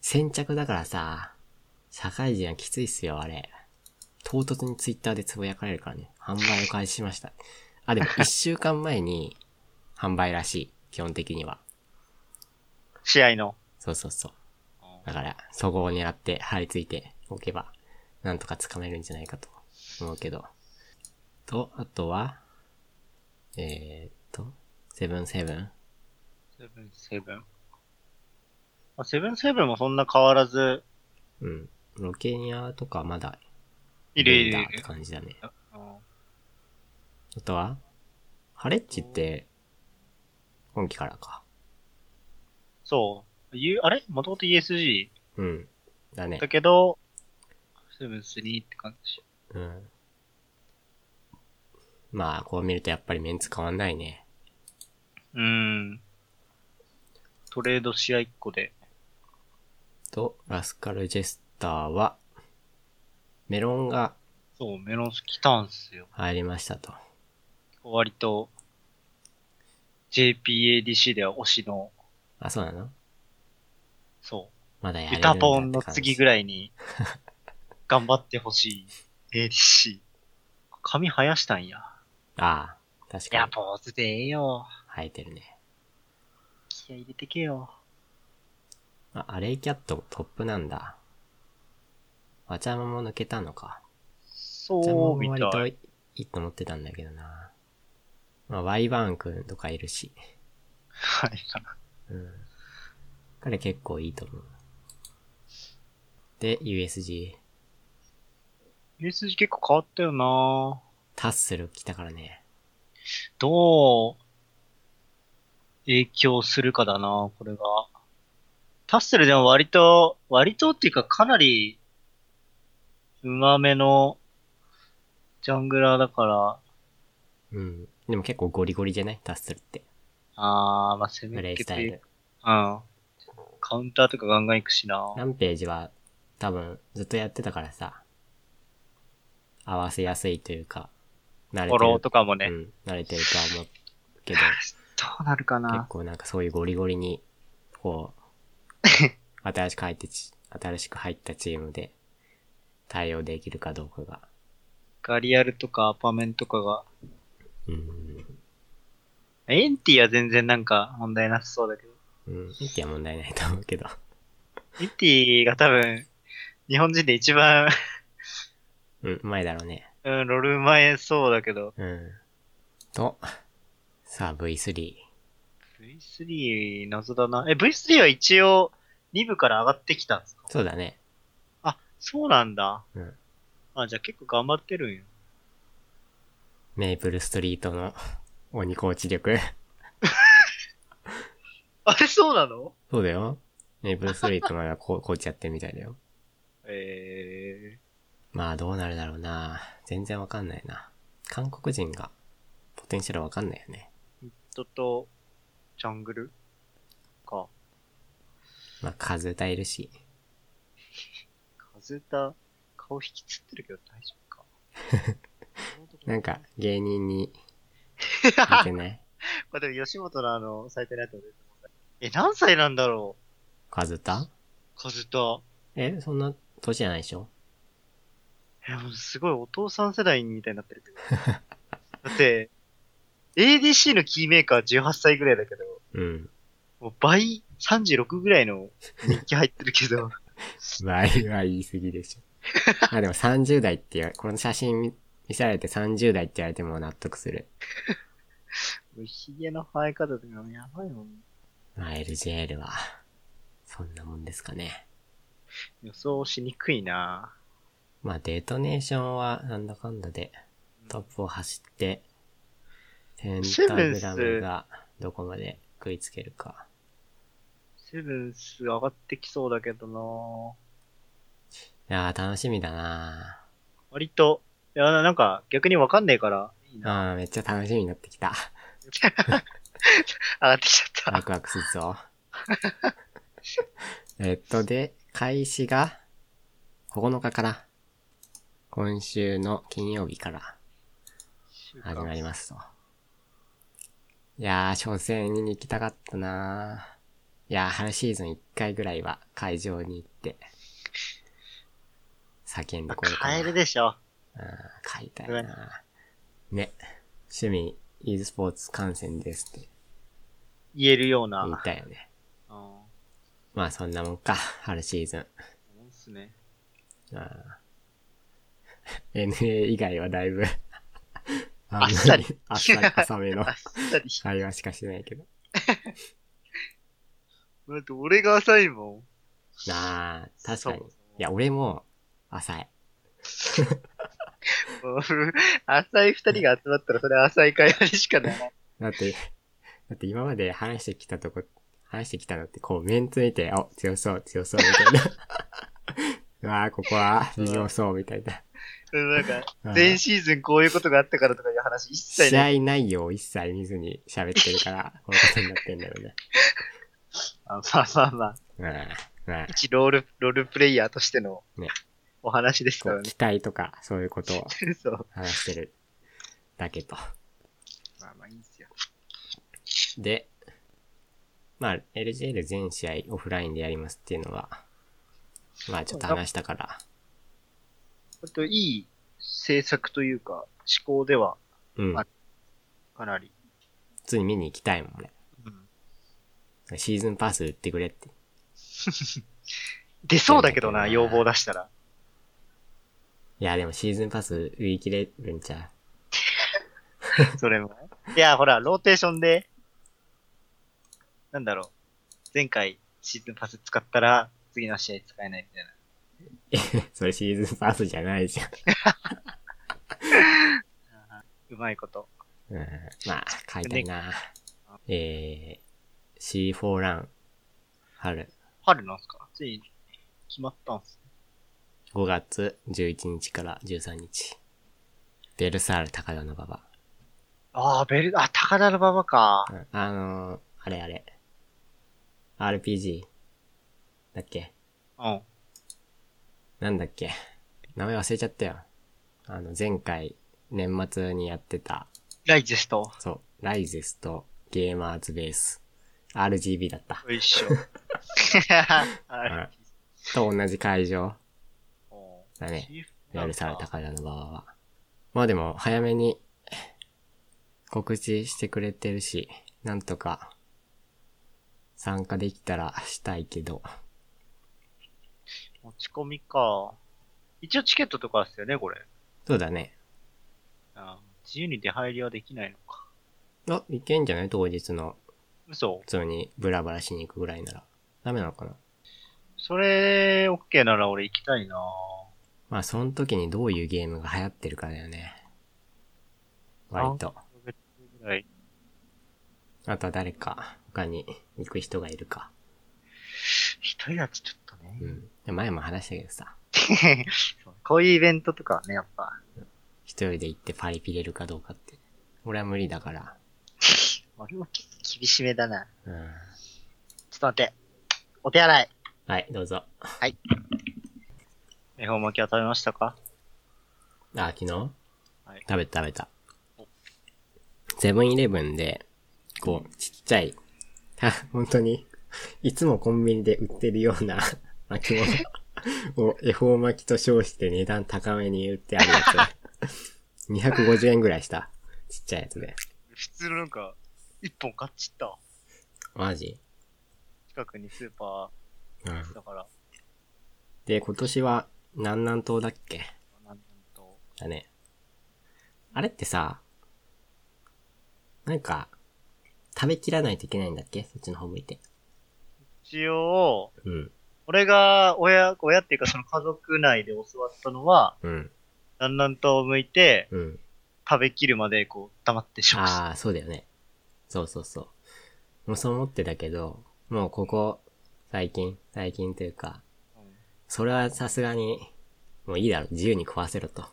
先着だからさ、社会人はきついっすよ、あれ。唐突にツイッターでつぶやかれるからね。販売を開始しました。あ、でも1週間前に販売らしい。基本的には。
試合の。
そうそうそう。だから、そこを狙って張り付いておけば、なんとかつかめるんじゃないかと思うけど。と、あとは、えー、っと、セブンセブン
セブンセブン。あセブンセブンもそんな変わらず、
うん。ロケニアとかまだ
いるいる
ん
い
だって
る。
感じだね。
うん
あとは、ハレッチって、今期からか。
そう。 U、あれもともと ESG
うん。だね
だ。けど、セブンスにって感じ。
うん。まあ、こう見るとやっぱりメンツ変わんないね。
うん。トレード試合1個で。
と、ラスカルジェスターは、メロンが
そう、メロンス来たんすよ。
入りましたと。
割と、JPADC では推しの、
あ、そうなの
そう。
まだやれる
ユ
んだ
タ
って感じ。
ポンの次ぐ
らい。
ら いに、頑張ってほしい。ADC。髪生やしたんや。
ああ、確
いや、
かに。
坊主でええよ。
生えてるね。
気合い入れてけよ。
あ、アレイキャットトップなんだ。わちゃまも抜けたのか。わちゃま
そ
も
う、み
割
た
と
い。
いいと思ってたんだけどな。まあ、ワイバーン君とかいるし。
はい。
うん。彼結構いいと思う。で、USG。
USG 結構変わったよな
タッスル来たからね。
どう、影響するかだなこれが。タッセルでも割と、割とっていうかかなり、うまめの、ジャングラーだから、
うん。でも結構ゴリゴリじゃないタッスルって。
あー、まあ、攻
プレ
め
イ
て
ス
て
タイル。
うん。カウンターとかガンガン行くしな
ランページは多分ずっとやってたからさ、合わせやすいというか、慣れ
フォ
て
ロー
る。
とかもね。
う
ど
ん、慣れてるとは思うけど、
うなるか
結
な
構なんかそういうゴリゴリに、こう、新しく入ってち、新しく入ったチームで対応できるかどうかが。
ガリアルとかアパメンとかが。
うん。
エンティは全然なんか問題なさそうだけど。
うん。意見は問題ないと思うけど。
エンティが多分、日本人で一番
うん、うまいだろうね。
うん、ロール前そうだけど。
うん。と、さあ V3。
V3 謎だな。え、V3 は一応2部から上がってきたんですか
そうだね。
あ、そうなんだ。
うん。
あ、じゃあ結構頑張ってるんよ。
メイプルストリートの鬼コーチ力。
あれそうなの
そうだよ。メイプルストリートまではこう、こうちやってるみたいだよ。
え
まあどうなるだろうな。全然わかんないな。韓国人が、ポテンシャルわかんないよね。
ー、人と、ジャングルか。
まあ数歌いるし。
風だ。顔引きつってるけど大丈夫か。
なん か、芸人に、似て
ま
ない
あでも吉本のあの、サイトにあったのでえ、何歳なんだろ
数歌
う風田。
え、そんな、年じゃないでしょ
え、もうすごいお父さん世代みたいになってるけど。 だって、ADC のキーメーカー18歳ぐらいだけど、
うん。
もう倍36ぐらいの人気入ってる けど、
ワイは言い過ぎでしょ。あ、でも30代って言われ、この写真見見せられて30代って言われても納得する。
もうヒゲの生え方とかもやばいもん、ね。
まあ LJL は、そんなもんですかね。
予想しにくいな
まあデートネーションはなんだかんだでトップを走って、ペンタグラムがどこまで食いつけるか。
セブンス上がってきそうだけどない
やー楽しみだな
割と、いや、なんか逆にわかんねえから、いい
ー
な
あーめっちゃ楽しみになってきた。
上がってきちゃっ
ワ
た。
クワクするぞ。えっと、で、開始が9日から、今週の金曜日から始まりますと。いやー、初戦に行きたかったなー。いやー、春シーズン1回ぐらいは会場に行って、叫んでこようかな。
買えるでしょ。
うん買いたいなー。ね。趣味、e スポーツ観戦ですって
言えるよう
言い
な。
たいよね。
うん。そ
まあそんなもんか、春シーズン。
うですね。
あー NA 以外はだいぶ あんまり
あっさり。
あっさり、浅め の
あっさり。
会話しかしてないけど。
だって俺が浅いもん。
なあ、確かに。い
そう
や、俺も浅い。
もう浅い二人が 集まったらそれは浅い会話にしかならない。
だって、だって今まで話してきたとこ、話してきたのって、こう、メンツ見て、あ、強そう、強そう、みたい な。うわあ、ここは、微妙そう、みたいな。
なんか、前シーズンこういうことがあったからとかいう話一切
試
ない。
合内容を一切見ずに喋ってるから、このことになってんだろうね。
あまあまあまあ、
うん。うん。
一ロール、ロールプレイヤーとしての
ね
お話です
こ
から
う、
ね。
期待とか、そういうことを
そう。
話してるだけと。
まあまあいいんですよ。
で、まあ、LJL 全試合オフラインでやりますっていうのは、まあちょっと話したから、
あと、いい制作というか、思考では
うん。
あ
普
かなり。
通に見に行きたいもんね。
うん
シーズンパス売ってくれって。
出そうだけど
そう
な、
だけど
要
な
望出したら。
いや、でもシーズンパス売り切れるんちゃ
それもね。いや、ほら、ローテーションで、なんだろう。前回シーズンパス使ったら、次の試合使えないみたいな。
う それシーズンパスじゃないじゃ
うまいこと。
ん。うん、まあ、買いたいな。えー、C4 ラン、春、
春なんすかついに決まったんすね。
5月11日から13日。ベルサール高田の馬場。
ああ、ベル、あ、高田の馬場か。
うんあのー、あれあれ。RPG? だっけ
うん。
なんだっけ名前忘れちゃったよ。あの、前回、年末にやってた、
ライジェスト。
そう、ライゼスとゲーマーズベース。RGB だった。
よい しょ。あ
と同じ会場だ
れ
ね。やるされたからの場は。まあでも、早めに告知してくれてるし、なんとか参加できたらしたいけど、
持ち込みか。一応チケットとかですよね、これ。
そうだね。
あー自由に出入りはできないのか。
あ、いけんじゃない当日の、
嘘
普通にブラブラしに行くぐらいなら。ダメなのかな
それ、OK なら俺行きたいな
まあ、その時にどういうゲームが流行ってるかだよね。割と。
ぐらい。
あとは誰か、他に行く人がいるか。
一人だちちょっとね
う。ん。で前も話したけどさ、
そうこういうイベントとかはね、やっぱ。
一人で行ってパリピれるかどうかって。俺は無理だから。
俺もき厳しめだな。
うん。
ちょっと待って。お手洗い。
はい、どうぞ。
恵方巻きは食べましたか
あ、昨日、
い
食べた食べた。セブンイレブンで、こう、ちっちゃい、 あ、本当に、いつもコンビニで売ってるような 巻物を恵方巻きと称して値段高めに売ってあるやつ。250円ぐらいした。ちっちゃいやつで。
普通のなんか、一本買っちった。
マジ、
近くにスーパ
うん
ーだから、
で、今年は、南南東だっけ
なんと。
だね。あれってさ、なんか、食べきらないといけないんだっけそっちの方向いて。
一応、
うん。
俺が親、親っていうかその家族内で教わったのは、
うん。
だんだんと向いて、
うん。
食べきるまでこう、黙って食す。
ああ、そうだよね。そうそうそう。もうそう思ってたけど、もうここ、最近、最近というか、
うん
それはさすがに、もういいだろ、自由に食わせろと。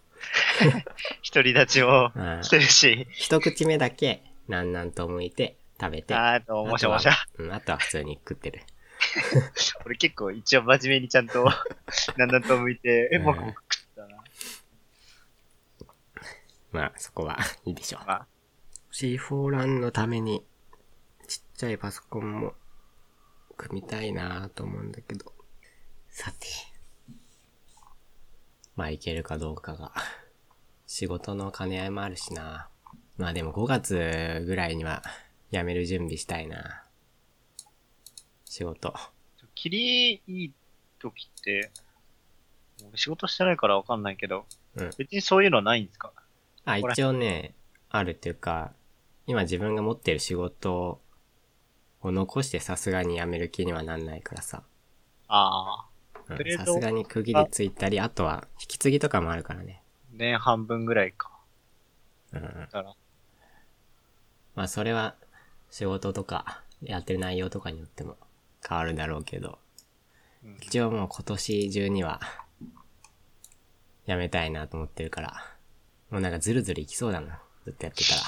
独り立ちも
うん
してるし、
一口目だけ、なんなんと向いて、食べて。
あーと、もしゃもし
あ
ゃ。
とはうん、あとは普通に食ってる。
俺結構一応真面目にちゃ んと、だんだんと向いて、え、
うん
僕も食ったな。
まあ、そこは、いいでしょう。
まあ
C4 ランのために、ちっちゃいパソコンも、組みたいなぁと思うんだけど。さて。まあ、いけるかどうかが。仕事の兼ね合いもあるしなまあでも5月ぐらいには、辞める準備したいな仕事。
切りいい時って、俺仕事してないからわかんないけど、
うん
別にそういうのはないんですか
あ、
ほら
一応ね、あるっていうか、今自分が持ってる仕事を残してさすがに辞める気にはなんないからさ。
ああ。
うん
とりあえず
さすがに区切りついたり、あとは引き継ぎとかもあるからね。
年半分ぐらいか。
うんうん。
だから。
まあそれは仕事とかやってる内容とかによっても変わるだろうけど、
うん
一応もう今年中には、やめたいなと思ってるから、もうなんかズルズルいきそうだな。ずっとやってたら。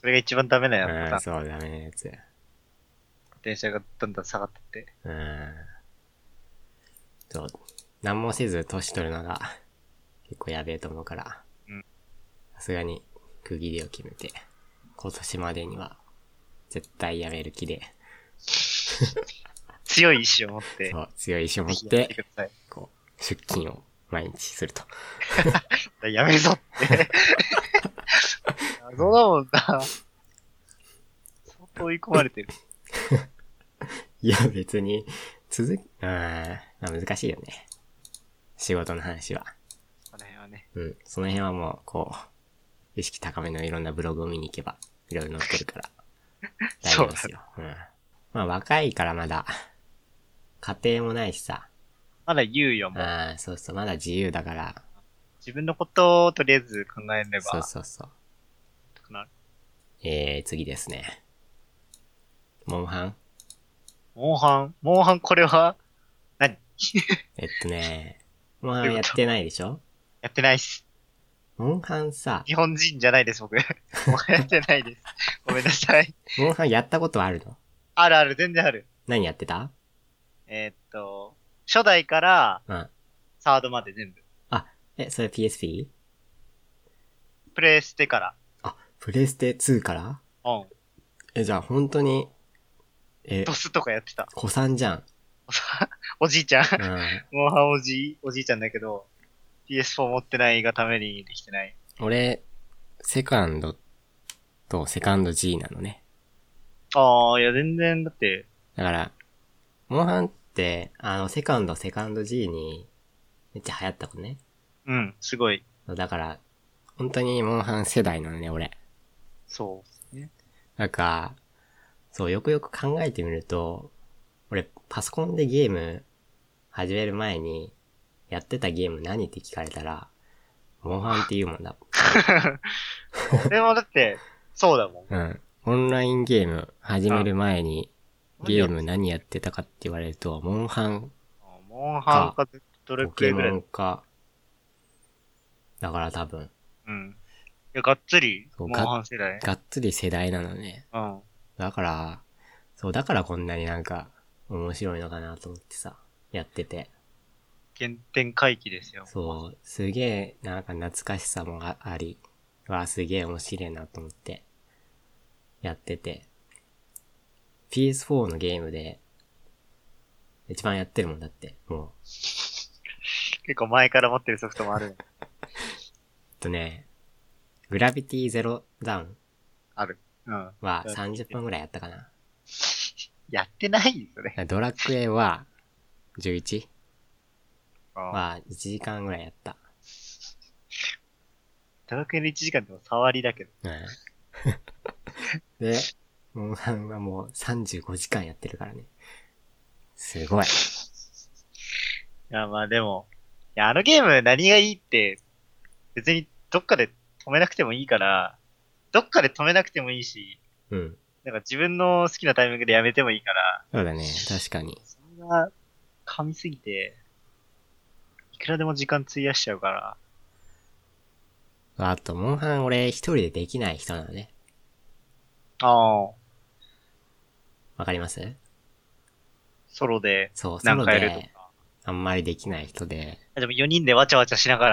それが一番ダメなやつ
うん、
だ。
そう、ダメなやつ。
電車がどんどん下がってって。
うん。そう。何もせず年取るのが、結構やべえと思うから
うん、
さすがに区切りを決めて、今年までには、絶対やめる気で、
強い意志を持って、
そう、強い意志を持っ
ぜひやって
て、
ください。
こう、出勤を毎日すると。
やめるぞ って。謎だもんな。相当追い込まれてる。
いや、別に、続き、うん、まあ難しいよね。仕事の話は。
この辺はね。
うん。その辺はもう、こう、意識高めのいろんなブログを見に行けば、いろいろ載ってるから。大丈夫ですよ。うん。まあ、若いからまだ、家庭もないしさ。
まだ猶予も。
ああ、そうそう、まだ自由だから。
自分のことをとりあえず考えれ
そう
ば、
そうそう。
なる。
えー、次ですね。モンハン
モンハン、モンハンこれは、 何
えっとね、モンハンやってないでしょ
やってないっす。
モンハンさ、
日本人じゃないで す、僕。もうやってないです。ごめんなさい。
モンハンやったことあるの
あるある、全然ある。
何やってた
えーっと、初代から
うん。
サードまで全部。
あ、え、それ PSP?
プレイしてから。
あ、プレステ2から
うん。
え、じゃあ本当に、え
ド、スとかやってた。
子さんじゃん。
おじいちゃん。
うん。
モンハンおじい、おじいちゃんだけど、PS4 持ってないがためにできてない。
俺、セカンドとセカンド G なのね。
ああ、いや、全然、だって、
だから、モンハンって、あの、セカンド、セカンド G に、めっちゃ流行ったもんね。
うん、すごい。
だから、本当にモンハン世代なのね、俺。
そう。ね、
なんか、そう、よくよく考えてみると、俺、パソコンでゲーム始める前に、やってたゲーム何って聞かれたら、モンハンって言うもんだ。
俺もだって、そうだもん。
うん。オンラインゲーム始める前に、ゲーム何やってたかって言われると、モンハン、
あモンハンか、どれ
ポ
くら
ケ
いぐら
モン
い
か、だから多分、
うん。いや、がっつり、
そ
モ
う
ンハン世代。
がっつり世代なのね。
うん。
だから、そう、だからこんなになんか、面白いのかなと思ってさ、やってて。
原点回帰ですよ。
そう、すげえ、なんか懐かしさもああり、わあ、すげえ面白いなと思って、やってて。PS4 のゲームで、一番やってるもんだって、もう。
結構前から持ってるソフト もあ
えっ
る。
とね、グラビティゼロダウン
ある。うん。
は30分ぐらいやったかな。
やってないよ、それ。
ドラクエは 11?
ああ。
は1時間ぐらいやった。
ドラクエの1時間でも触りだけど。
うん で、モンハンはもう35時間やってるからね。すごい。
いや、まあでも、いや、あのゲーム何がいいって、別にどっかで止めなくてもいいから、どっかで止めなくてもいいし、
うん。
なんか自分の好きなタイミングでやめてもいいから、
そうだね、確かに。
そんな、噛みすぎて、いくらでも時間費やしちゃうから、
あと、モンハン俺一人でできない人なのね。
ああ、
わかります
ソロで、
そう、ソ
なん
ロ
かやると
で
か。
あんまりできない人で。
あでも4人でわちゃわちゃしなが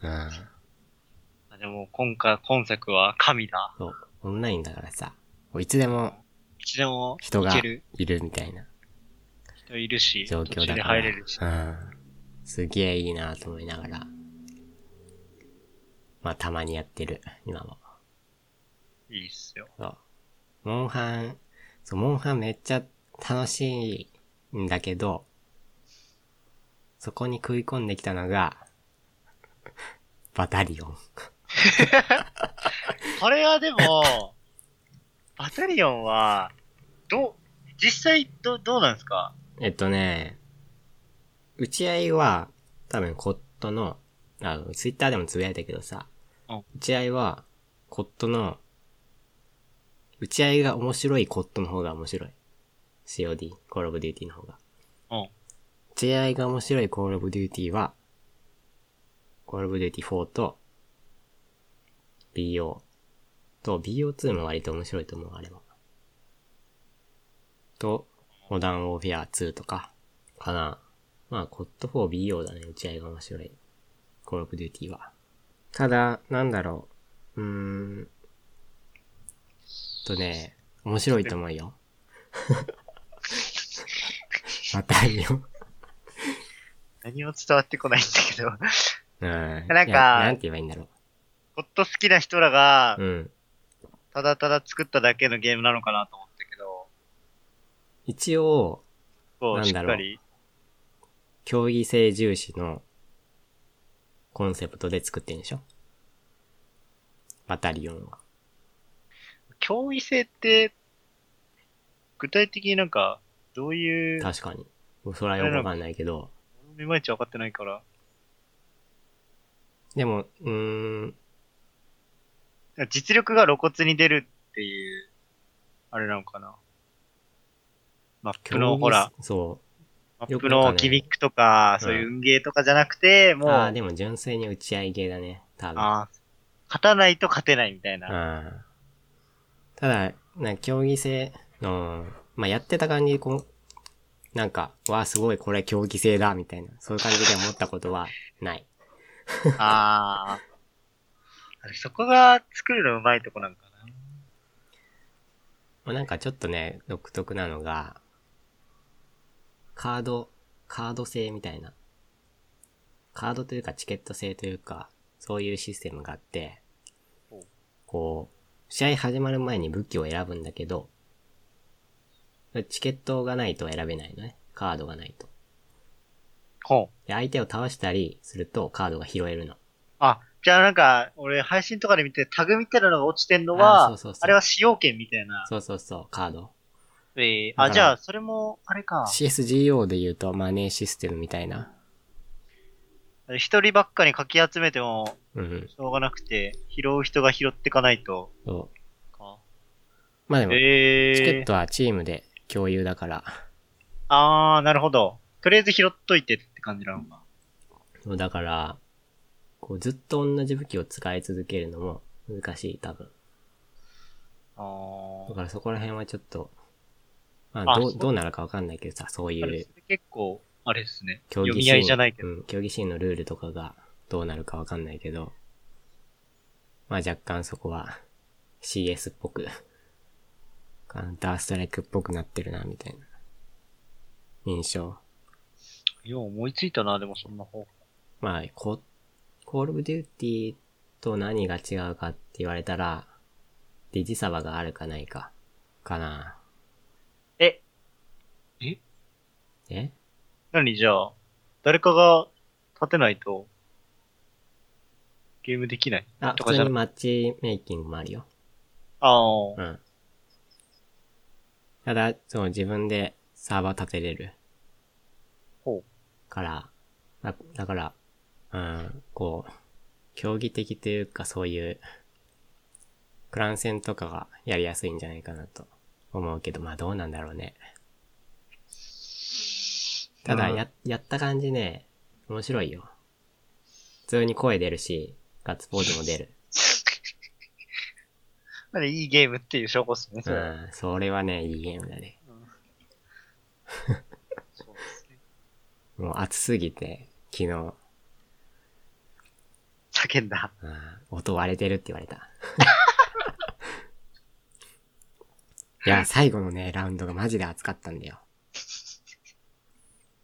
ら、
うん。
あでも今回、今作は神だ。
そう、オンラインだからさ、いつでも
いつでも
人が
いける
いるみたいな。
人いるし、
状況だ
途中で
から。
入れるし
う。ん。すげえいいなと思いながら。まあ、たまにやってる、今も。
いいっすよ。
そう。モンハン、そう、モンハンめっちゃ楽しいんだけど、そこに食い込んできたのが、バタリオン。
これはで も、バタリオンは、どう、実際ど、どうなんですか
えっとね、打ち合いは、多分コットの、あの、ツイッターでもつぶやいたけどさ、
うん
打ち合いは、コットの、打ち合いが面白いコットの方が面白い。COD、コールオブデューティーの方が。
うん。
打ち合いが面白いコールオブデューティーは、コールオブデューティー4と、BO。と、BO2 も割と面白いと思う、あれは。と、モダンウォーフェア2とか、かな。まあ、コット 4BO だね、打ち合いが面白い。コールオブデューティーは。ただ、なんだろう。うーん。とね、面白いと思うよ。またいいよ。
何も伝わってこないんだ けど、
うん。
なんか
いやなんて言えばいいんだろ
ホット好きな人らが
う。う、ん。
ただただ作っただけのゲームなのかなと思ったけど、
一応、
こ
な
う、
ん
しっ
だろう
かり。
競技性重視のコンセプトで作ってんでしょバタリオンは。
脅威性って、具体的になんか、どういう、
確かに。それはよくわかんないけど。
いまいち分かってないから、
でも、うーん、
実力が露骨に出るっていう、あれなのかな。マップ
競技
の、ほら、
そ
マ
よ
ッ
く
プ
なんかね
のギミックとか、
うん
そういう運ゲーとかじゃなくて、
う。
もう、
ああ
あ
ー、でも純粋に打ち合い系だね。多分。
あー勝たないと勝てないみたいな。
うん。ただ、なんか競技性の、まあ、やってた感じ、こう、なんか、わあ、すごい、これ競技性だ、みたいな、そういう感じで思ったことはない。
ああ。あれそこが作るのうまいとこなんかな。
まあ、なんかちょっとね、独特なのが、カード、カード制みたいな。カードというかチケット制というか、そういうシステムがあって
ほう、
こう、試合始まる前に武器を選ぶんだけど、チケットがないと選べないのね。カードがないと。
ほう。
で、相手を倒したりするとカードが拾えるの。
あ、じゃあなんか、俺配信とかで見てタグみたいなのが落ちてんの
あー
は、
そ
あ
うそうそう
れは使用権みたいな。
そうそうそう、カード。
えー、
だから
あ、じゃあそれも、あれか。
CSGO で言うとマネーシステムみたいな。
一人ばっかにかき集めても、
うんうん。
しょうがなくて、拾う人が拾ってかないと。
そう。
か
まあでも、
えー、
チケットはチームで共有だから、
あー、なるほど。とりあえず拾っといてって感じなのか。
そうだから、こうずっと同じ武器を使い続けるのも難しい、多分。
あ
だ
ー。
からそこら辺はちょっと、まあ
あ
どう
そう
どうなるかわかんないけどさ、そう
あ
い
れ
う
それ結構、あれですね。
競
読
技
み
シ
合
ー
い
ン
じゃないけど。
うん、競技シーンのルールとかがどうなるかわかんないけど、まあ若干そこは CS っぽく、カウンターストライクっぽくなってるな、みたいな印象。
よう思いついたな、でもそんな方法。
まあ、コ、コールオブデューティーと何が違うかって言われたら、デジサバがあるかないか、かな。
え、
え
何じゃあ、誰かが立てないと、ゲームできない
あ、
と
普
かじ
通
ゃ
に
な
マッチメイキングもあるよ。
あ
う
ー
ん。ただ、そう、自分でサーバー立てれる
ほ
から、だだから、うん、こう、競技的というかそういう、クラン戦とかがやりやすいんじゃないかなと思うけど、まあどうなんだろうね。
う。
ただ、
うん
や、やった感じね、面白いよ。普通に声出るし、ガッツポーズも出る。
なんでいいゲームっていう証拠っすね、
う
それは
ん、それはね、いいゲームだね。
そうですね。
もう暑すぎて、昨日、
叫んだ。
うん、音割れてるって言われた。いや、最後のね、ラウンドがマジで暑かったんだよ。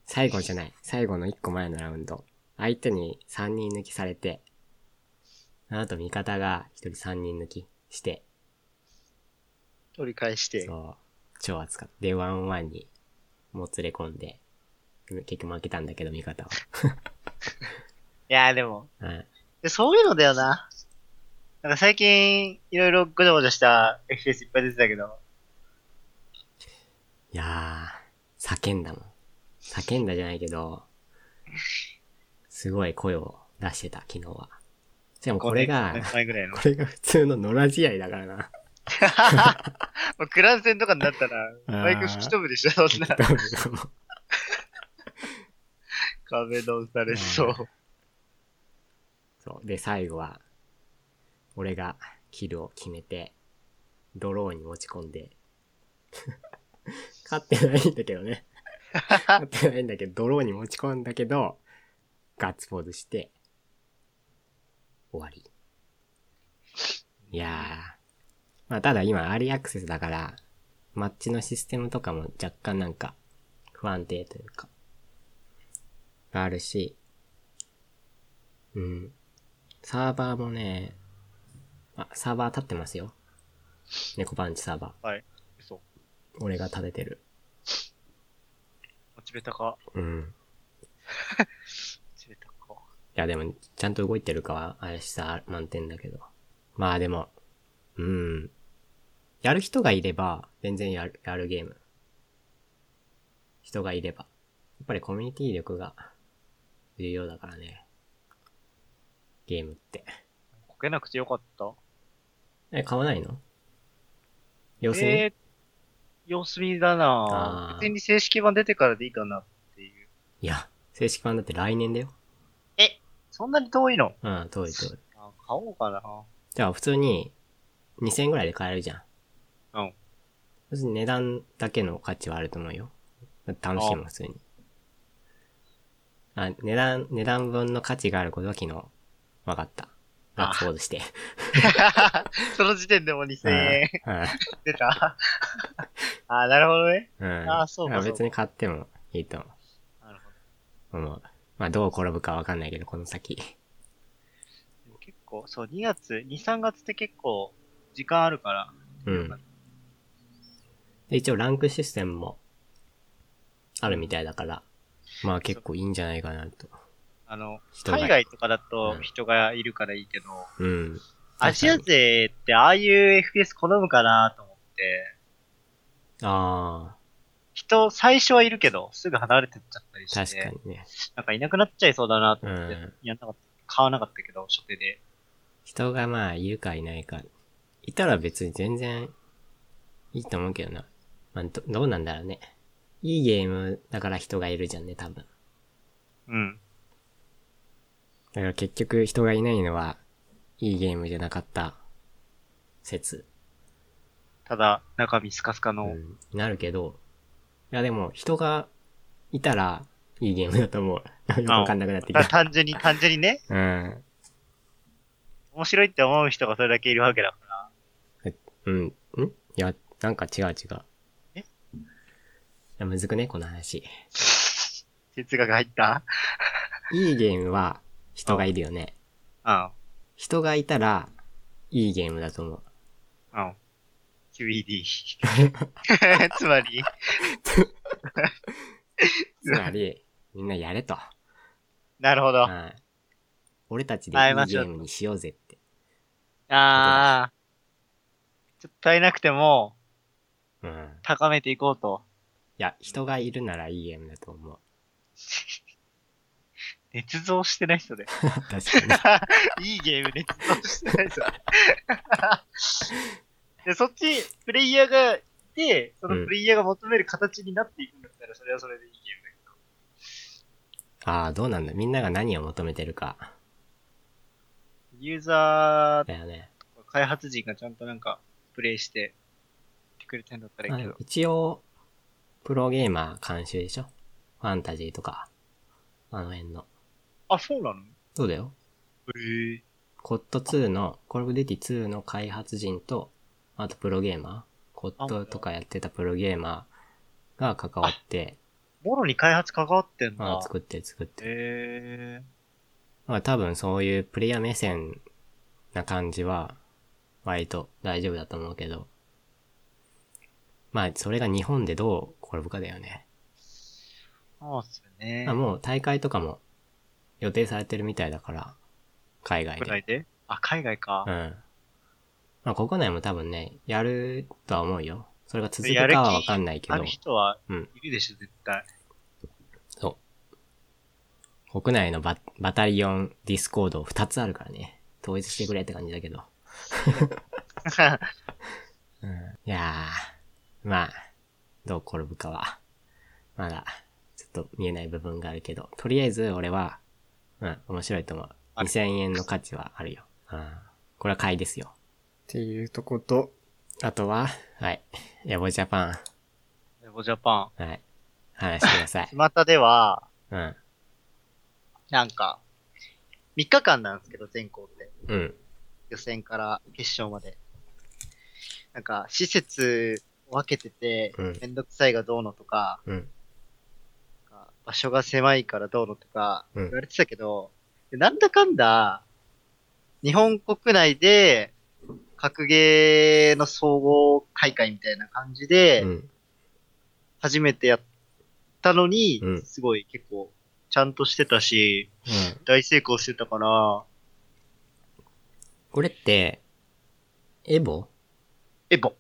最後じゃない。最後の1個前のラウンド。相手に3人抜きされて、あの後味方が1人3人抜きして、
取り返して。
そう。超熱かった。で、ワンオンワンに、もつれ込んで、結局負けたんだけど、味方は。
いやーでも、
うん。
でそういうのだよな。なんか最近、いろいろごちゃごちゃした FPS いっぱい出てたけど、
いやー、叫んだもん。叫んだじゃないけど、すごい声を出してた、昨日は。しかもこれが
5、年前ぐらいの。
これが普通の野良試合だからな。
もうクラン戦とかになったら、バイク吹き飛ぶでしょ、そんな。壁ドンされそう。
そう。で、最後は、俺がキルを決めて、ドローに持ち込んで、 勝ってないんだけどね。勝ってないんだけど、ドローに持ち込んだけど、ガッツポーズして、終わり。いやー。まあ、ただ今、アーリーアクセスだから、マッチのシステムとかも若干なんか、不安定というか、があるし、うん。サーバーもね、あ、サーバー立ってますよ。猫パンチサーバー。
そう。
俺が立ててる。
モチベ高。
う
モ
ん。
チベ高。
いや、でも、ちゃんと動いてるかは怪しさ満点だけど。まあでも、うん。やる人がいれば、全然やる、やるゲーム。人がいれば。やっぱりコミュニティ力が重要だからね。ゲームって。
こけなくてよかった
え、買わないの要するに、
えー、様子見だな
あー
ぁ別に正式版出てからでいいかなっていう。
いや、正式版だって来年だよ。
そんなに遠いの
うん、遠い遠い。
あ買おう かな
じゃあ普通に2000円ぐらいで買えるじゃん。
うん。
別に値段だけの価値はあると思うよ。楽しいもん、普通に。あ、値段、値段分の価値があることは昨日、分かった。ガッツポーズして。
その時点でも2000円
う
出た あー、なるほどね。
ん。うん。
あそうか
だら別に買ってもいいと
なるほど。
思う。まあ、どう転ぶかわかんないけど、この先。
でも結構、そう、2月、2、3月って結構、時間あるから。
うん。で一応ランクシステムもあるみたいだから、まあ結構いいんじゃないかなと。
あの、
人が
海外とかだ
う
と
ん
人がいるからいいけど、
うん。
アジア勢ってああいう FPS 好むかなと思って、
あ
人、最初はいるけど、すぐ離れてっちゃったり
あ、確
して、
かにね。
なんかいなくなっちゃいそうだなと
う
思って、
ん。
やんなかった。買わなかったけど、初手で。
人がまあいるかいないか。いたら別に全然いいと思うけどな。まあど、どうなんだろうね。いいゲームだから人がいるじゃんね、多分。
うん。
だから結局人がいないのは、いいゲームじゃなかった説、
ただ、中身スカスカの、
うんになるけど、いやでも人がいたらいいゲームだと思う。よくわかんなくなってき
た
た。
単純に、単純にね、
うん。
面白いって思う人がそれだけいるわけだから。
うん。んいや、なんか違う違う。
え
いや、むずくね、この話。
哲学入った
いいゲームは人がいるよね。
うん。
人がいたら、いいゲームだと思う。
うん。QED。つ まり、
つまり、 みんなやれと。
なるほど。あ
はい俺たちでいいゲームにしようぜって。
あー。ちょっと足りなくても、
うん。い
高めていこうと。
や、人がいるならいいゲームだと思 う。
捏造してない 人で。
確かに。
いいゲームね。してないぞで、そっち、プレイヤーが、で、そのプレイヤーが求める形になっていくんだったら、それはそれでいいゲームだけど。
ああ、どうなんだ。みんなが何を求めてるか。
ユーザー、
だよね。
開発陣がちゃんとなんか、プレイして、やってくれてんだったらい
ま
い
あ
け
で
ど
も。一応、プロゲーマー監修でしょファンタジーとか。あの辺の。
あ、そうなの
そうだよ。
へえ。
コット2の、コールオブデュティ2の開発人と、あとプロゲーマーコットとかやってたプロゲーマーが関わって、
ボロに開発関わってん
ま
だ
あ、。作ってる作ってる。
へえ。
まあ多分そういうプレイヤー目線な感じは、割と大丈夫だと思うけど、まあそれが日本でどう転ぶかだよね。
そうっすよね
まあ。もう大会とかも予定されてるみたいだから、海外
国
で。
内であ、海外か
う。ん。まあ国内も多分ね、やるとは思うよ。それが続く
やる気
かはわかんないけ
あ
ど
る、人は
うん。
いるでしょ、絶対。
そう。国内のババタリオンディスコード2つあるからね。統一してくれって感じだけど。いやー、まあ、どう転ぶかは、まだ、ちょっと見えない部分があるけど、とりあえず俺は、うん、面白いと思う。
あ
2000円の価値はあるよ。うん。これは買いですよ。
ていうとこと、
あとは、はい。ヤボジャパ
レゴジャパ
ン。はい。話してください。
ン。巷では、
うん。
なんか、3日間なんですけど、全校って。
うん。
予選から決勝まで。なんか、施設を分けてて、
うん
めんどくさいがどうのとか、
うん。
なんか場所が狭いからどうのとか、
うん
言われてたけど、でなんだかんだ、日本国内で、格ゲーの総合大会みたいな感じで
う、ん。
初めてやったのに、
うん
すごい結構、ちゃんとしてたし、大成功してたから、
これって、エボ
エボ。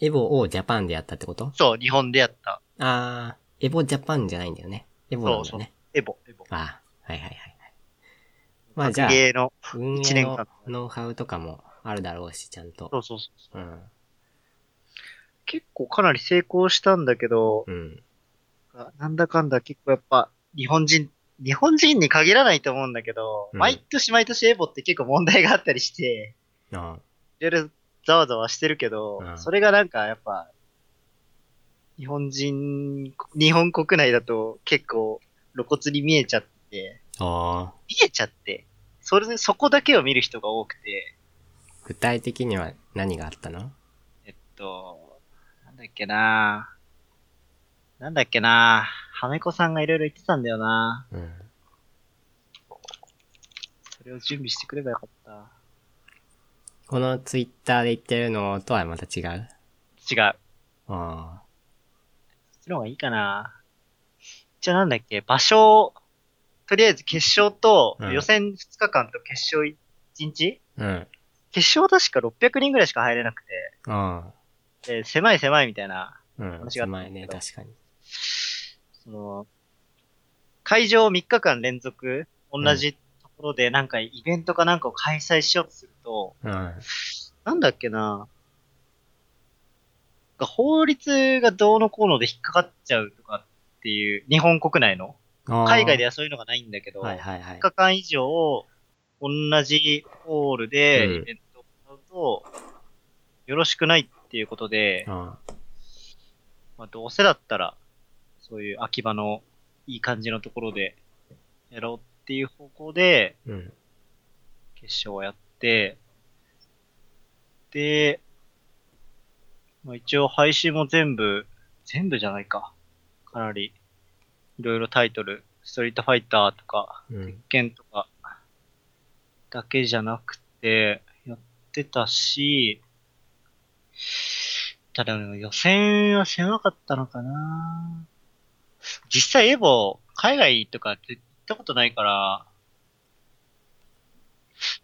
エボをジャパンでやったってこと
そう、日本でやった。
あー、エボジャパンじゃないんだよね。エボなんだ
そ
よ
うそう
ね。
エボ、エボ。
あー、はいはいはいはい。まあじゃあ、
ゲーの。
運
一
営
年
の
間
ノウハウとかもあるだろうし、ちゃんと
そ。うそうそう。
うん。
結構かなり成功したんだけど、
うん。
なんだかんだ結構やっぱ日本人、日本人に限らないと思うんだけど、
うん
毎年毎年エボって結構問題があったりして、
あ
いろいろざわざわしてるけど、
うん
それがなんかやっぱ、日本人、日本国内だと結構露骨に見えちゃって、
あ
見えちゃって、それでそこだけを見る人が多くて、
ー。具体的には何があったの
えっと、なんだっけななんだっけなはめこさんがいろいろ言ってたんだよな
うん。
それを準備してくればよかった。
このツイッターで言ってるのとはまた違う
違う。
ああ。
そっちの方がいいかな。じゃあなんだっけ、場所、とりあえず決勝と、
うん
予選2日間と決勝1日
うん。
決勝確か600人ぐらいしか入れなく
あ
て、で狭い狭いみたいな、
あ。うん。
間違った
前ね、確かに。
その、会場を3日間連続、同じところでなんかイベントかなんかを開催しようとすると、
うん。
なんだっけな法律がどうのこうので引っかかっちゃうとかっていう、日本国内の。海外で
や
はそういうのがないんだけど、
はいはいはい
3。日間以上同じホールで
うん
イベントを行うと、よろしくないっていうことで、
あ
まあ、どうせだったら、そういう秋葉のいい感じのところでやろうっていう方向で
ーうん。
決勝をやって、で、まあ、一応配信も全部、全部じゃないか。かなり、いろいろタイトル、ストリートファイターとか、
うん。
剣とかだけじゃなくてやってたし、ただ予選は狭かったのかな実際エボ、海外とかって行ったことないから、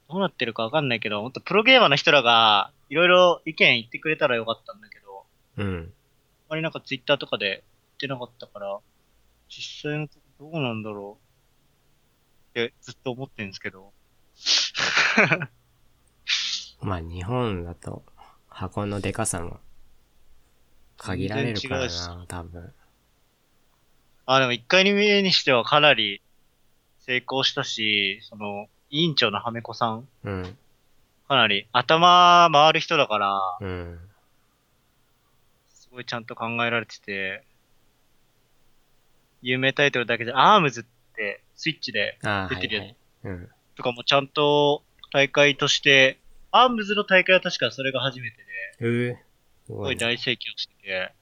どうなってるかわかんないけど、ほんとプロゲーマーの人らがいろいろ意見言ってくれたらよかったんだけど、
うん。
あまりなんかツイッターとかで言ってなかったから、実際のとこどうなんだろうってずっと思ってんですけど。
まあ日本だと箱のデカさも限られるから
全然
な、多分。
あ、でも1回目にしてはかなり成功したし、その、委員長のハメコさん、
うん。
かなり頭回る人だから、
うん。
すごいちゃんと考えられてて、有名タイトルだけじゃ、アームズってスイッチで
ああ、
出
は
て
い、
る
は
やつ
い。うん。
とかもちゃんと大会として、アームズの大会は確かそれが初めてで、
うーす
す
ご
ごい
いね。
大盛況してて、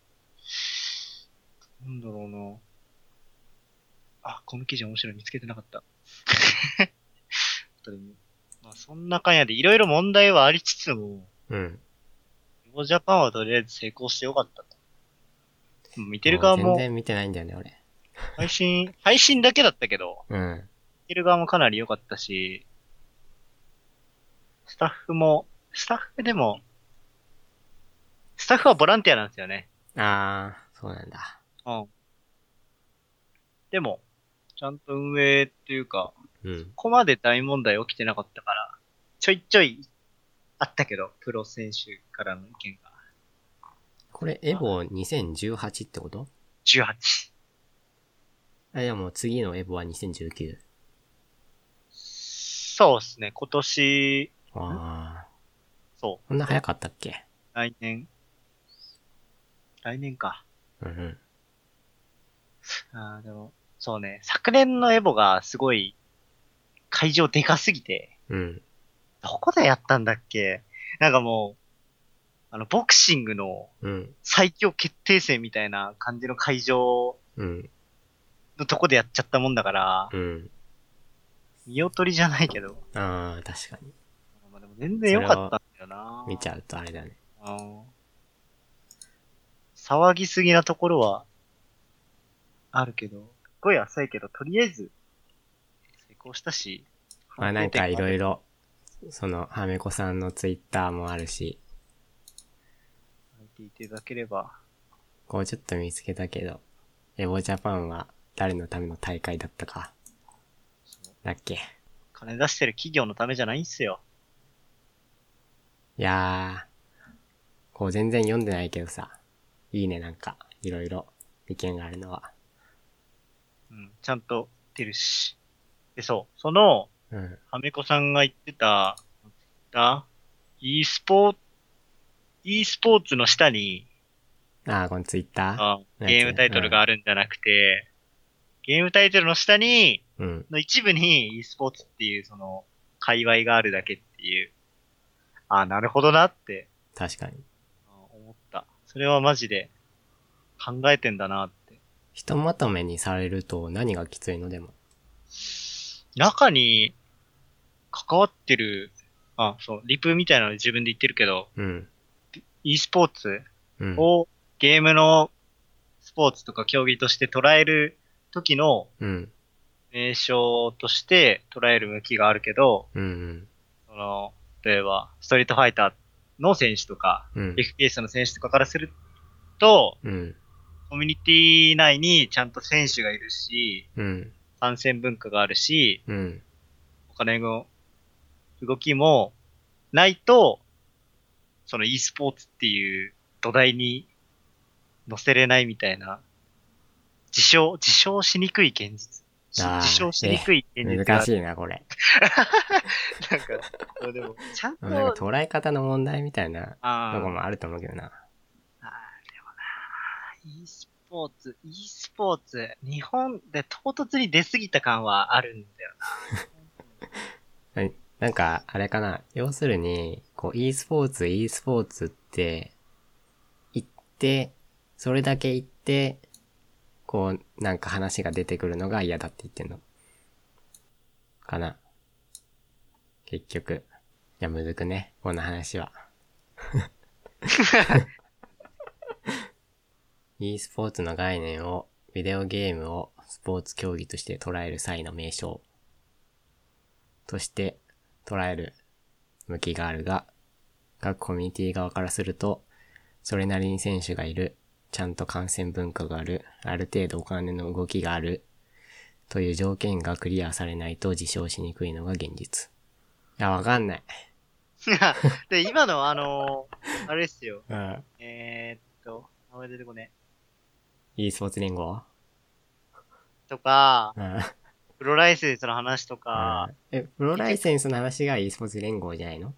なんだろうな。あ、この記事面白い。見つけてな かった。後で見ようまあ、そんな感やで、いろいろ問題はありつつも、
うん。
エゴジャパンはとりあえず成功してよかったと。うん見てる側
う全
も、
然見てないんだよね、俺。
配信、配信だけだったけど、
うん。
見てる側もかなり良かったし、スタッフも、スタッフでも、スタッフはボランティアなんですよね。
ああ、そうなんだ。
うん。でも、ちゃんと運営っていうか、
うん。
ここまで大問題起きてなかったから、ちょいちょいあったけど、プロ選手からの意見が。
これ、エボ2018ってこと
18。
あ、いやもう次のエボは2019。
そうですね、今年、
ああ。
そ
こんな早かったっけ
う、来年。来年か。
うんうん。
あーでも、そうね、昨年のエボがすごい、会場でかすぎて、
うん。
どこでやったんだっけなんかもう、あの、ボクシングの
うん。
最強決定戦みたいな感じの会場
うん。
のとこでやっちゃったもんだから、
うん。
見劣りじゃないけど、
ああ、確かに。
まあでも全然良かったんだよな。
見ちゃうとあれだね。
うん騒ぎすぎなところは、あるけど、すっごい浅いけど、とりあえず、成功したし。
まあなんかいろい
ろ。
ろ、その、はめこさんのツイッターもあるし、
見ていただければ。
こうちょっと見つけたけど、エボジャパンは誰のための大会だったか。
そう
だっけい
金出してる企業のためじゃないんすよ。
やー、こう全然読んでないけどさ、いいねなんか、いろいろ意見があるのは。
うん、ちゃんと出るし。で、そう。その、
うん。
はめこさんが言ってた、だ e スポーツ、e スポーツの下に、
ああ、このツイッタ
あゲームタイトルがあるんじゃなくて、ゲームタイトルの下に、
ーうん。
の一部に e スポーツっていう、その、界隈があるだけっていう。ああ、なるほどなって
確かに。
あー思った。それはマジで考えてんだなって。
ひとまとめにされると何がきついのでも。
中に関わってる、あ、そう、リプみたいなの自分で言ってるけど、
うん。
e スポーツ
うん。
をゲームのスポーツとか競技として捉える時の
うん。
名称として捉える向きがあるけど、
うん。うん。
その、例えば、ストリートファイターの選手とか、
うん。
FPS の選手とかからすると、
うん。
コミュニティ内にちゃんと選手がいるし、
うん。
参戦文化があるし、
うん。
お金の動きもないと、その e スポーツっていう土台に乗せれないみたいな、自称、自称しにくい現実。し
あー
自称しにくい現実が
難
ある。
しいな、これ。
なんか、そうでも、ちゃんと、
なんか捉え方の問題みたいな
あ
とこ
ー
もあると思うけどな。
あーでもなー e スポーツ、e スポーツ、日本で唐突に出過ぎた感はあるんだよな。
ななんか、あれかな。要するに、こう、e スポーツ、e スポーツって、行って、それだけ行って、こう、なんか話が出てくるのが嫌だって言ってんの。かな。結局。いや、むずくね。こんな話は。e スポーツの概念を、ビデオゲームをスポーツ競技として捉える際の名称として捉える向きがあるが、各コミュニティ側からすると、それなりに選手がいる、ちゃんと感染文化がある、ある程度お金の動きがある、という条件がクリアされないと自称しにくいのが現実。いや、わかんない。
で、今のあのーあれですよ。
うん。
えー、っと、名前出てこね。
e スポーツ連合
とか、
うん。
プロライセンスの話とか、
え、プロライセンスの話が e スポーツ連合じゃないの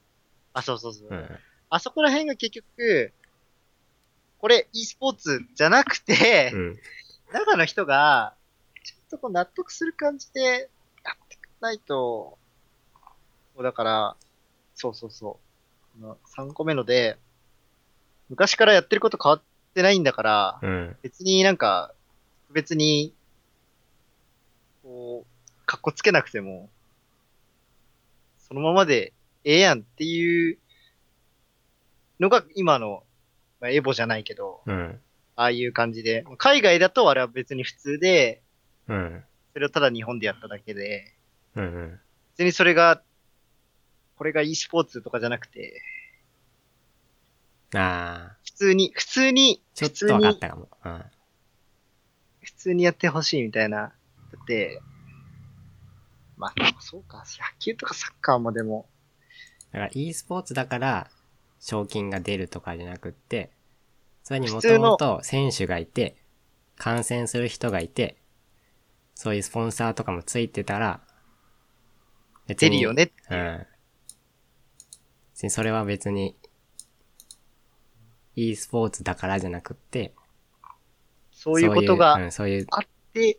あ、そうそうそう。
うん。
あそこら辺が結局、これ e スポーツじゃなくて、
うん。
中の人が、ちょっとこう納得する感じでやってくれないと、そうだから、そうそうそう。この3個目ので、昔からやってること変わってないんだから、
うん。
別になんか、特別に、こう、かっこつけなくても、そのままでええやんっていうのが今の、まあ、エボじゃないけど、
うん。
ああいう感じで、海外だとあれは別に普通で、
うん。
それをただ日本でやっただけで、
うん。うん。
別にそれが、これが e スポーツとかじゃなくて、
あー、
普通に、普通に、
ちょ
普
っと
通
わかっ
に、
たかも。うん。
普通にやってほしいみたいな。だって、まあ、そうか、野球とかサッカーもでも、
だから e スポーツだから賞金が出るとかじゃなくって、それにも
普
と
通の
もと選手がいて、観戦する人がいて、そういうスポンサーとかもついてたら、別
出
に
るよねって
う。
いうん
別にそれは別に、e スポーツだからじゃなくって、
そういうことが
そういう,、うん、そういう
あって、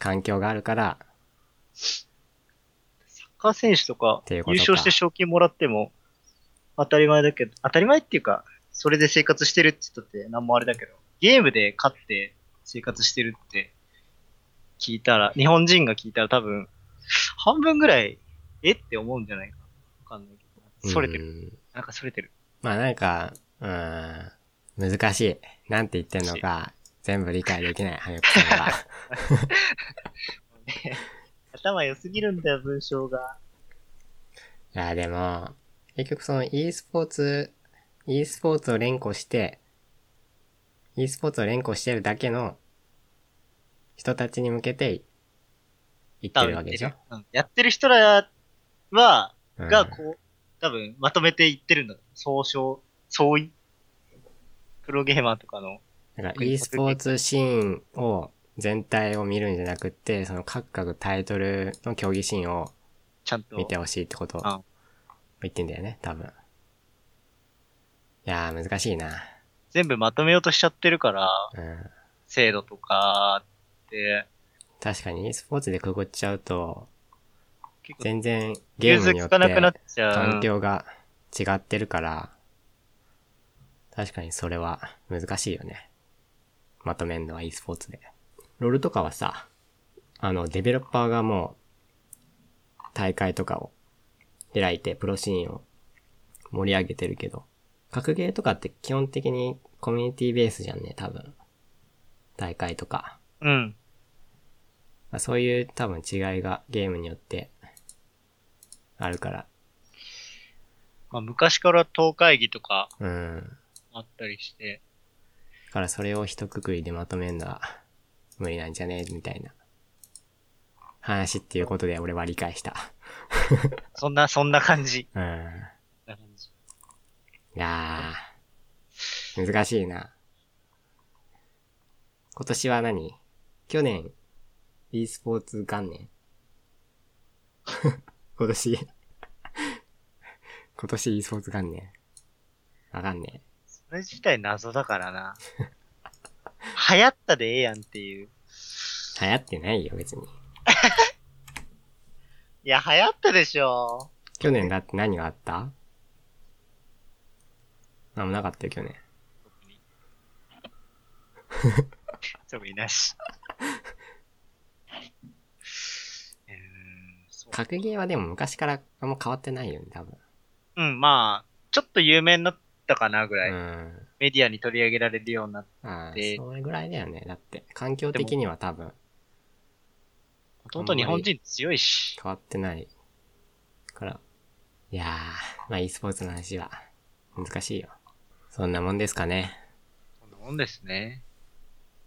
環境があるから、
サッカー選手とか
てい
優
うことか
勝して賞金もらっても当たり前だけど、当たり前っていうか、それで生活してるって言ったって何もあれだけど、ゲームで勝って生活してるって聞いたら、日本人が聞いたら多分、半分ぐらい、えって思うんじゃないかな。わかんないけど。それてる。
うん
なんかそれてる。
まあなんか、うーん、難しい。なんて言ってんのか、全部理解できない、はよくさんは。
頭良すぎるんだよ、文章が。
いや、でも、結局その e スポーツ、e スポーツを連呼して、e スポーツを連呼してるだけの人たちに向けて言ってるわけでしょ、
うんやってる人らは、
うん、
が、こう、多分、まとめていってるんだ。総称、総意。プロゲーマーとかの。
だから e スポーツシーンを全体を見るんじゃなくって、その各々タイトルの競技シーンを
ちゃんと。
見てほしいってこと
あ
を言ってんだよね、多分。いやー、難しいな。
全部まとめようとしちゃってるから、
うん。
制度とかって、
確かに e スポーツでくぐっちゃうと、
結構、
全然ゲームによって
融通つかなくなっちゃう。
環境が違ってるから、確かにそれは難しいよね。まとめんのは e スポーツで。ロールとかはさ、あの、デベロッパーがもう、大会とかを開いてプロシーンを盛り上げてるけど、格ゲーとかって基本的にコミュニティベースじゃんね、多分。大会とか。
うん。
まあ、そういう多分違いがゲームによってあるから。
まあ、昔から党会議とか
うん。
あったりして、
だからそれを一括りでまとめるのは無理なんじゃねえみたいな話っていうことで俺は理解した。
そんな、そんな感じ。
うん。
そんな感じ
いやー、難しいな。今年は何去年、e スポーツ元年 今年今年 e スポーツ元年わかんねえ。
それ自体謎だからな。 流行ったでええやんっていう。
流行ってないよ別に。
いや、流行ったで しょ。
去年だって何があった何もなかったよ、去年。
特に。特になし。 うーんそう
格ゲーはでも昔からあんま変わってないよね、多分。
うん、まあ、ちょっと有名になったかなぐらい、
うん。
メディアに取り上げられるようになって、
ああ、
で
それぐらいだよね。だって、環境的には多分
ほとんど日本人強いし、
変わってないから。いやー、まあ e スポーツの話は難しいよ。そんなもんですかね。
そんなもんですね。